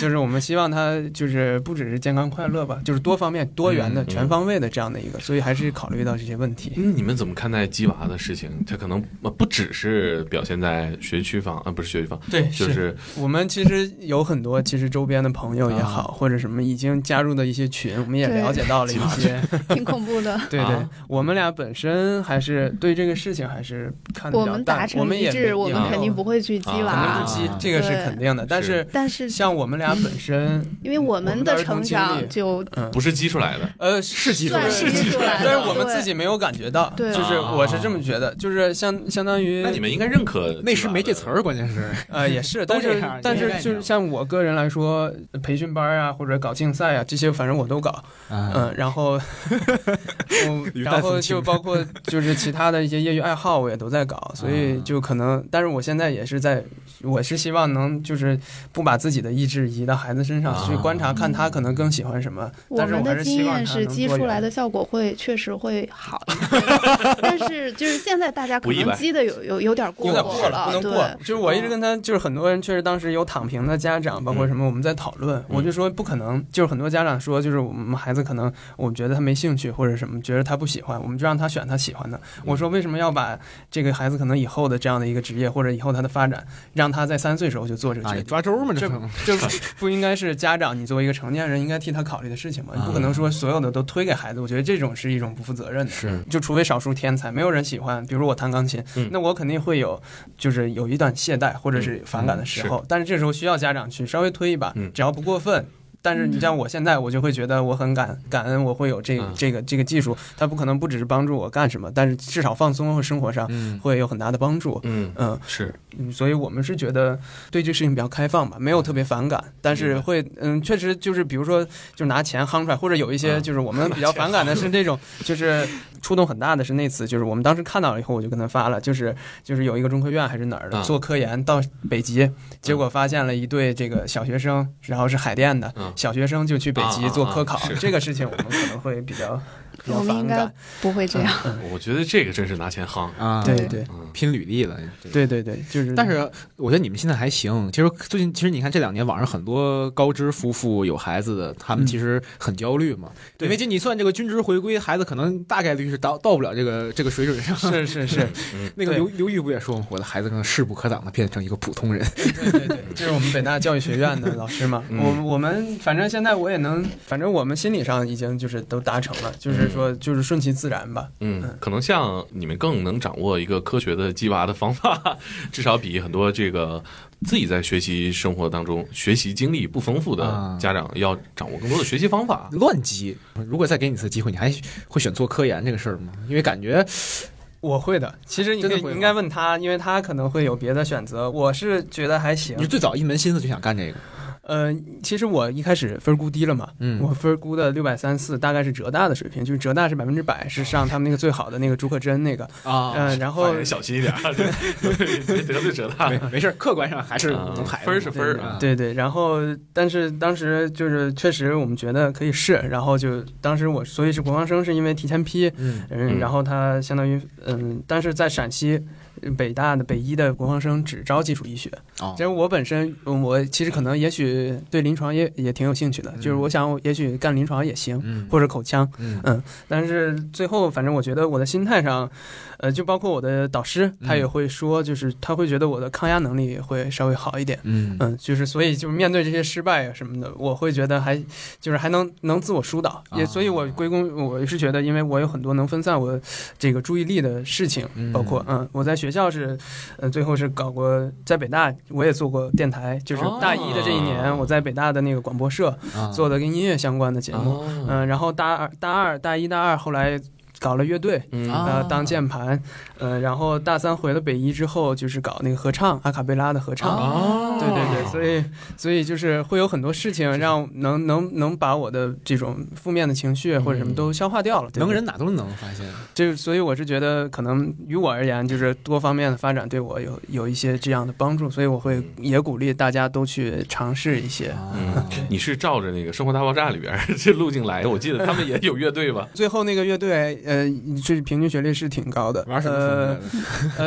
Speaker 2: 就是我们希望他就是不只是健康快乐吧，就是多方面、多元的、
Speaker 1: 嗯
Speaker 2: 全方位的这样的一个，所以还是考虑到这些问 题。
Speaker 1: 那你们怎么看待鸡娃的事情？它可能呃不只是表现在学区房啊，不是学区房，
Speaker 2: 对，
Speaker 1: 就是
Speaker 2: 我们其实有很多，其实周边的朋友也好，
Speaker 3: 啊
Speaker 2: 或者什么已经加入的一些群，我们也
Speaker 4: 对
Speaker 2: 了解到了一些。
Speaker 4: 挺恐怖的。
Speaker 2: 对对
Speaker 1: 啊，
Speaker 2: 我们俩本身还是对这个事情还是看得
Speaker 4: 我
Speaker 2: 比较
Speaker 4: 们
Speaker 2: 淡
Speaker 4: 达，
Speaker 2: 我
Speaker 4: 成
Speaker 2: 们
Speaker 4: 一
Speaker 2: 也没
Speaker 4: 致，我们
Speaker 1: 啊
Speaker 4: 肯定不会去鸡
Speaker 1: 啊
Speaker 2: 肯定
Speaker 4: 娃
Speaker 2: 不。
Speaker 3: 啊
Speaker 2: 急，这个是
Speaker 4: 对
Speaker 2: 肯定的。但是
Speaker 4: 但是，
Speaker 2: 像我们俩本身，
Speaker 4: 因为我们
Speaker 2: 我们
Speaker 4: 的成
Speaker 2: 的儿童经
Speaker 4: 长
Speaker 2: 历
Speaker 4: 就
Speaker 2: 嗯，
Speaker 1: 不是激出来的。
Speaker 2: 呃，是基
Speaker 4: 算是激出 来的
Speaker 2: 但是我们自己没有感觉到，
Speaker 4: 对
Speaker 2: 就是我是这么觉得，就是相相当于
Speaker 1: 那你们应该认可
Speaker 3: 那时没这词儿，关键是
Speaker 2: 呃，也是，
Speaker 3: 都
Speaker 2: 但
Speaker 3: 这
Speaker 2: 是
Speaker 3: 样儿
Speaker 2: 但
Speaker 3: 这些
Speaker 2: 是
Speaker 3: 概
Speaker 2: 就是
Speaker 3: 念
Speaker 2: 像我个人来说，培训班儿啊，或者搞竞赛啊，这些反正我都搞，
Speaker 3: 嗯
Speaker 2: 嗯，然后，我
Speaker 3: 云
Speaker 2: 然
Speaker 3: 淡
Speaker 2: 后
Speaker 3: 风
Speaker 2: 就
Speaker 3: 轻
Speaker 2: 包括就是其他的一些业余爱好，我也都在搞，所以就可能，但是我现在也是在，我是希望能就是不把自己的意志移到孩子身上去
Speaker 1: 啊
Speaker 2: 观察，看他可能更喜欢什么。
Speaker 4: 我
Speaker 2: 但是
Speaker 4: 们
Speaker 2: 还
Speaker 4: 的
Speaker 2: 是
Speaker 4: 经
Speaker 2: 希望
Speaker 4: 验
Speaker 2: 他
Speaker 4: 是
Speaker 2: 能
Speaker 4: 激
Speaker 2: 多
Speaker 4: 出
Speaker 2: 元
Speaker 4: 来的效果会确实会好 一些，但是就是现在大家可
Speaker 1: 不意外
Speaker 4: 能激的有有有点过
Speaker 2: 有点过了，
Speaker 4: 了，
Speaker 2: 不能
Speaker 4: 对
Speaker 2: 过。就是我一直
Speaker 4: 嗯
Speaker 2: 跟他，就是很多人确实当时有躺平的家长，包括什么，我们在讨论，我就说不可能。就是很多家长说，就是我们孩子可能，我觉得他没兴趣或者什么，觉得他不喜欢，我们就让他选他喜欢的。我说为什么要把这个孩子可能以后的这样的一个职业或者以后他的发展，让他在三岁时候就做这个
Speaker 3: 啊，
Speaker 2: 决
Speaker 3: 你
Speaker 2: 定？
Speaker 3: 抓周嘛，这不
Speaker 2: 这不应该是家长，你作为一个成年人应该替他考虑的事情吗？你不可能说所有的都推给孩子，我觉得这种是一种不负责任的。
Speaker 3: 是
Speaker 2: 就除非少数天才，没有人喜欢。比如我弹钢琴，
Speaker 1: 嗯
Speaker 2: 那我肯定会有，就是有一段懈怠或者是反感的时候。但是这时候需要家长去稍微推一把，
Speaker 1: 嗯
Speaker 2: 只要不过分，但是你像我现在，我就会觉得我很感感恩，我会有这
Speaker 1: 嗯
Speaker 2: 这个这个技术，它不可能不只是帮助我干什么，但是至少放松或生活上
Speaker 3: 嗯
Speaker 2: 会有很大的帮助。
Speaker 1: 嗯，
Speaker 2: 嗯
Speaker 1: 是
Speaker 2: 嗯，所以我们是觉得对这事情比较开放吧，没有特别反感，但是会嗯，确实就是比如说就是拿钱夯出来，或者有一些
Speaker 1: 嗯
Speaker 2: 就是我们比较反感的是这种， 就是触动很大的是那次，就是我们当时看到了以后，我就跟他发了，就是就是有一个中科院还是哪儿的
Speaker 1: 嗯
Speaker 2: 做科研到北极，结果发现了一对这个小学生，然后是海淀的
Speaker 1: 嗯
Speaker 2: 小学生就去北极做科考
Speaker 1: 啊啊啊是，
Speaker 2: 这个事情我们可能会比较比较
Speaker 4: 我们
Speaker 2: 反
Speaker 4: 应该
Speaker 2: 感，
Speaker 4: 不会这样。
Speaker 1: 我觉得这个真是拿钱夯。
Speaker 3: 啊，
Speaker 2: 对嗯
Speaker 4: 对
Speaker 2: 对
Speaker 1: 嗯，
Speaker 3: 拼履历了。这个
Speaker 2: 对对对，就是
Speaker 3: 但是我觉得你们现在还行。其实最近，其实你看这两年网上很多高知夫妇有孩子的，他们
Speaker 2: 嗯
Speaker 3: 其实很焦虑嘛，
Speaker 2: 对
Speaker 3: 因为就你算这个均值回归，孩子可能大概率是到到不了这个这个水准上。
Speaker 2: 是是是，
Speaker 3: 那个
Speaker 2: 对
Speaker 3: 刘刘玉不也说吗？我的孩子可能势不可挡的变成一个普通人。
Speaker 2: 对对， 这是我们北大教育学 院的老师嘛。
Speaker 1: 嗯
Speaker 2: 我我们反正现在我也能，嗯反正我们心理上已经就是都达成了，就是说就是顺其自然吧。
Speaker 1: 嗯，可能像你们更能掌握一个科学的鸡娃的方法， 至少比很多这个自己在学习生活当中学习经历不丰富的
Speaker 3: 啊
Speaker 1: 家长要掌握更多的学习方法。
Speaker 3: 乱激。如果再给你一次机会，你还会选做科研这个事儿吗？因为感觉
Speaker 2: 我会的，其实你
Speaker 3: 真
Speaker 2: 可
Speaker 3: 的
Speaker 2: 以
Speaker 3: 会吗
Speaker 2: 应该问他，因为他可能会有别的选择。我是觉得还行
Speaker 3: 你是。最早一门心思就想干这个，
Speaker 2: 呃，其实我一开始分儿估低了嘛，
Speaker 3: 嗯
Speaker 2: 我分儿估的六百三四，大概是浙大的水平，就是浙大是百分之百，是上他们那个最好的那个朱克真那个。
Speaker 3: 啊
Speaker 2: 嗯、然后
Speaker 1: 发言小 心一点啊，对 得罪者 大。
Speaker 3: 没没事儿，客观上还是
Speaker 1: 啊
Speaker 3: 能排
Speaker 1: 分儿是分儿啊
Speaker 2: 对对，然后但是当时就是确实我们觉得可以试，然后就当时我所以是国防生，是因为提前批，
Speaker 3: 嗯
Speaker 2: 嗯，然后他相当于嗯，但是在陕西呃北大的北医的国防生只招基础医学。
Speaker 3: 哦
Speaker 2: 其实我本身嗯我其实可能也许对临床也也挺有兴趣
Speaker 1: 嗯
Speaker 2: 的，就是我想我也许干临床也行，
Speaker 3: 嗯
Speaker 2: 或者口腔，
Speaker 3: 嗯
Speaker 2: 但是最后，反正我觉得我的心态上，呃，就包括我的导师，他
Speaker 1: 嗯
Speaker 2: 也会说，就是他会觉得我的抗压能力会稍微好一点。
Speaker 3: 嗯
Speaker 2: 嗯，就是所以就是面对这些失败啊什么的，我会觉得还就是还能能自我疏导，也
Speaker 3: 啊
Speaker 2: 所以我归功我是觉得，因为我有很多能分散我这个注意力的事情，
Speaker 3: 嗯
Speaker 2: 包括嗯我在学校是，呃最后是搞过在北大我也做过电台，就是
Speaker 1: 哦
Speaker 2: 大一的这一年我在北大的那个广播社
Speaker 3: 啊
Speaker 2: 做的跟音乐相关的节目，
Speaker 1: 哦，
Speaker 2: 嗯，然后大二、大二、大一、大二后来搞了乐队，
Speaker 1: 嗯
Speaker 3: 啊
Speaker 2: 呃，当键盘，呃，然后大三回了北医之后，就是搞那个合唱，阿卡贝拉的合
Speaker 3: 哦
Speaker 2: 唱。
Speaker 1: 啊，
Speaker 2: 对对对，所以所以就是会有很多事情让能能能把我的这种负面的情绪或者
Speaker 3: 嗯
Speaker 2: 什么都消化掉了。对
Speaker 3: 能，人哪都能，发现
Speaker 2: 这所以我是觉得可能于我而言，就是多方面的发展对我有有一些这样的帮助，所以我会
Speaker 3: 嗯
Speaker 2: 也鼓励大家都去尝试一些。
Speaker 3: 啊
Speaker 1: 嗯，你是照着那个《生活大爆炸》里边儿 这路径来的，我记得他们也有乐队吧？
Speaker 2: 最后那个乐队，呃，这平均学历是挺高的，
Speaker 3: 玩什么风
Speaker 2: 呃
Speaker 3: 格，的？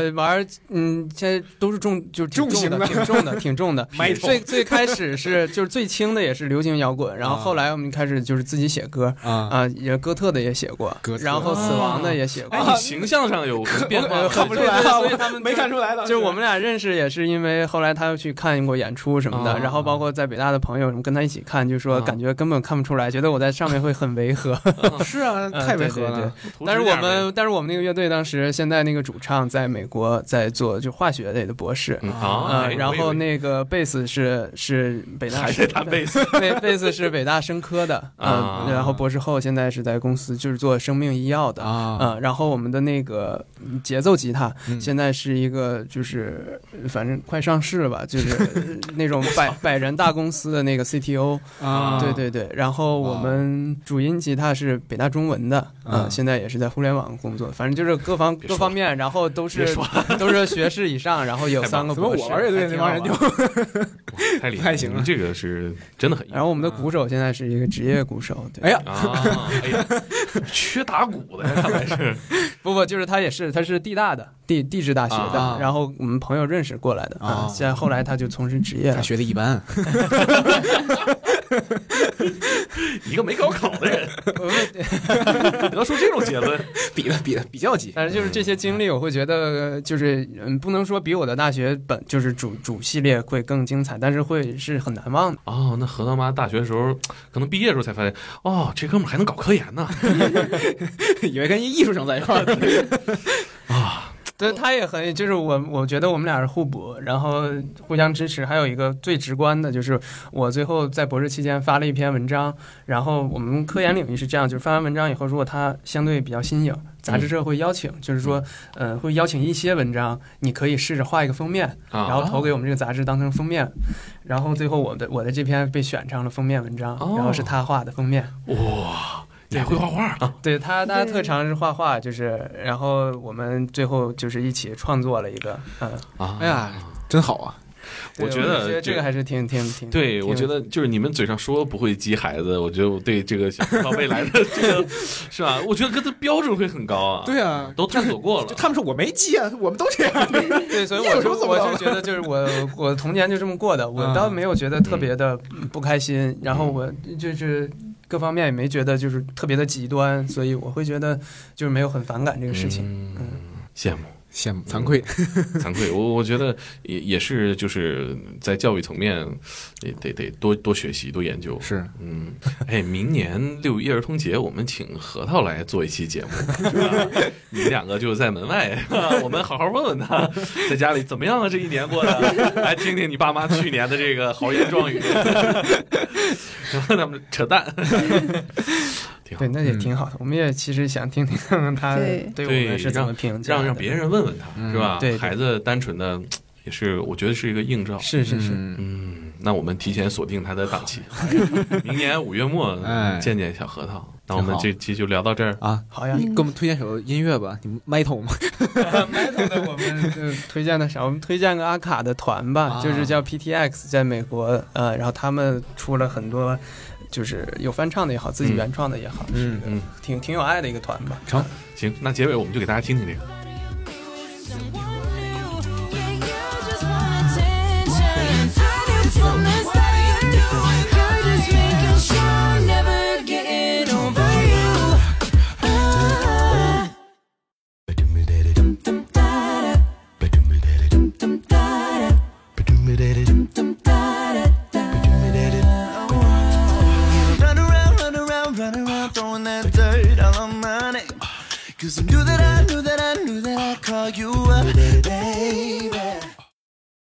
Speaker 2: 呃，玩儿，嗯，现在都是重，就是挺
Speaker 3: 重型
Speaker 2: 的，
Speaker 3: 的。
Speaker 2: 挺重的，挺重的
Speaker 3: 埋头
Speaker 2: 最最开始是就是最轻的也是流行摇滚，然后
Speaker 3: 啊
Speaker 2: 后来我们开始就是自己写歌
Speaker 3: 啊
Speaker 2: 啊，也哥特的也写过
Speaker 3: 哥，特
Speaker 2: 然后死亡的也写过
Speaker 1: 哎，。你形象上有变化吗，
Speaker 2: 看啊呃不出来
Speaker 3: 啊
Speaker 2: 所以他们
Speaker 3: 没看出来的，
Speaker 2: 就是我们俩认识也是因为后来他又去看过演出什么
Speaker 1: 哦
Speaker 2: 的，
Speaker 3: 啊
Speaker 2: 然后包括在北大的朋友什么跟他一起看，就说
Speaker 1: 啊
Speaker 2: 感觉根本看不出来，觉得我在上面会很违和。
Speaker 3: 是啊，
Speaker 2: 嗯
Speaker 3: 太违和
Speaker 2: 对对
Speaker 3: 了。
Speaker 1: 图
Speaker 2: 但是
Speaker 1: 纸
Speaker 2: 我
Speaker 1: 样呗
Speaker 2: 们但是我们那个乐队当时现在那个主唱在美国在做就化学类的博士，
Speaker 1: 嗯啊，
Speaker 2: 啊，
Speaker 1: 哎
Speaker 2: 然
Speaker 1: 我以
Speaker 2: 后
Speaker 1: 为
Speaker 2: 那个贝斯是是北大
Speaker 1: 还在弹贝斯，
Speaker 2: 贝贝斯是北大生科的，
Speaker 1: 啊
Speaker 2: 嗯，然后博士后现在是在公司就是做生命医药的，
Speaker 3: 啊，
Speaker 2: 嗯，然后我们的那个嗯节奏吉他
Speaker 3: 嗯
Speaker 2: 现在是一个就是呃反正快上市了吧，就是 呃那种百百人大公司的那个 CTO，
Speaker 3: 啊
Speaker 2: 对对对，然后我们主音吉他是北大中文的，
Speaker 3: 啊
Speaker 2: 嗯，现在也是在互联网工作，反正就是各方
Speaker 1: 别说
Speaker 2: 各方面，然后都
Speaker 1: 别
Speaker 2: 是
Speaker 1: 说
Speaker 2: 都是学士以上，然后有
Speaker 1: 太棒
Speaker 2: 三个
Speaker 3: 怎么
Speaker 2: 博士，
Speaker 3: 我玩乐队那帮人就
Speaker 2: 还挺好玩的
Speaker 1: 太厉
Speaker 3: 太行了
Speaker 1: 这个是真的很。
Speaker 2: 然后我们的鼓手现在是一个职业鼓手，对，
Speaker 3: 啊哎呀，
Speaker 1: 啊，哎呀，缺打鼓的呀，看来是
Speaker 2: 不不，就是他也是，他是地大的，地地质大学的，
Speaker 3: 啊
Speaker 2: 然后我们朋友认识过来的
Speaker 3: 啊
Speaker 2: 现在后来他就从事职业
Speaker 3: 他
Speaker 2: 了。
Speaker 3: 学的一般，
Speaker 1: 一个没高考的人， 得出这种结论。
Speaker 3: 比的比的比较级
Speaker 2: 反正就是这些经历，我会觉得呃就是嗯，不能说比我的大学本就是主主系列会更精彩，但是会是很难忘的。
Speaker 1: 哦，那何大妈大学的时候，可能毕业的时候才发现，哦，这哥们儿还能搞科研呢。
Speaker 3: 以为跟一艺术生在一块儿。
Speaker 1: 啊，
Speaker 2: 对，他也很，就是我，我觉得我们俩是互补，然后互相支持。还有一个最直观的，就是我最后在博士期间发了一篇文章，然后我们科研领域是这样，就是发完文章以后，如果它相对比较新颖，杂志社会邀请，就是说，呃，会邀请一些文章，你可以试着画一个封面，
Speaker 1: 啊
Speaker 2: 然后投给我们这个杂志当成封面，然后最后我的我的这篇被选上了封面文章，
Speaker 1: 哦
Speaker 2: 然后是他画的封面。
Speaker 1: 哇，你还会画画啊？
Speaker 2: 对他，他
Speaker 4: 对
Speaker 2: 特长是画画，就是，然后我们最后就是一起创作了一个，嗯，
Speaker 1: 啊
Speaker 3: 哎呀，真好啊！
Speaker 2: 对
Speaker 1: 我觉得
Speaker 2: 这
Speaker 1: 这
Speaker 2: 这个还是挺挺挺，
Speaker 1: 对，
Speaker 2: 挺
Speaker 1: 我觉得就是你们嘴上说不会激孩子，我觉得我对这个想不到未来的这个是吧？我觉得跟他标准会很高啊。
Speaker 3: 对啊
Speaker 1: 都探索过
Speaker 3: 就
Speaker 1: 了。
Speaker 3: 他们说我没记啊，我们都这样。
Speaker 2: 对，所以
Speaker 3: 有
Speaker 2: 我
Speaker 3: 什
Speaker 2: 就
Speaker 3: 么怎么
Speaker 2: 我
Speaker 3: 了
Speaker 2: 就觉得就是我我童年就这么过的，我
Speaker 3: 嗯
Speaker 1: 啊
Speaker 2: 倒没有觉得特别的不开心，然
Speaker 1: 嗯
Speaker 2: 后我就是各方面也没觉得就是特别的极端，所以我会觉得就是没有很反感这个事情。
Speaker 1: 嗯，羡慕。
Speaker 3: 羡慕惭愧，
Speaker 1: 惭愧，我我觉得也也是，就是在教育层面，得得得多多学习，多研究。
Speaker 3: 是
Speaker 1: 嗯，哎，明年六一儿童节，我们请核桃来做一期节目，是吧你们两个就在门外，我们好好问问他，在家里怎么样啊？这一年过的，来听听你爸妈去年的这个豪言壮 语，然后他们扯淡，挺好
Speaker 2: 对，，那也挺好的。我们也其实想听听看看他
Speaker 4: 对
Speaker 2: 对
Speaker 1: 嗯对
Speaker 2: 我们是怎么评价的，
Speaker 1: 让让别人问问他，
Speaker 3: 嗯
Speaker 1: 是吧？
Speaker 2: 对对
Speaker 1: 孩子单纯的也是，我觉得是一个映照。
Speaker 2: 是是是，
Speaker 3: 嗯
Speaker 1: 嗯，那我们提前锁定他的档 期，明年五月末
Speaker 3: 哎
Speaker 1: 见见小核桃。那
Speaker 3: 挺好
Speaker 1: 我们这期就聊到这儿。
Speaker 3: 啊。
Speaker 2: 好呀。
Speaker 3: 你给我们推荐首音乐吧，你们 metal 吗？
Speaker 2: 那我们就推荐的啥？我们推荐个阿卡的团吧
Speaker 3: 啊，
Speaker 2: 就是叫 PTX，在美国，呃，然后他们出了很多，就是有翻唱的也好，自己
Speaker 1: 嗯
Speaker 2: 原创的也好，
Speaker 3: 嗯
Speaker 1: 嗯，
Speaker 2: 挺挺有爱的一个团吧。
Speaker 1: 行，那结尾我们就给大家听听这个。
Speaker 7: Someone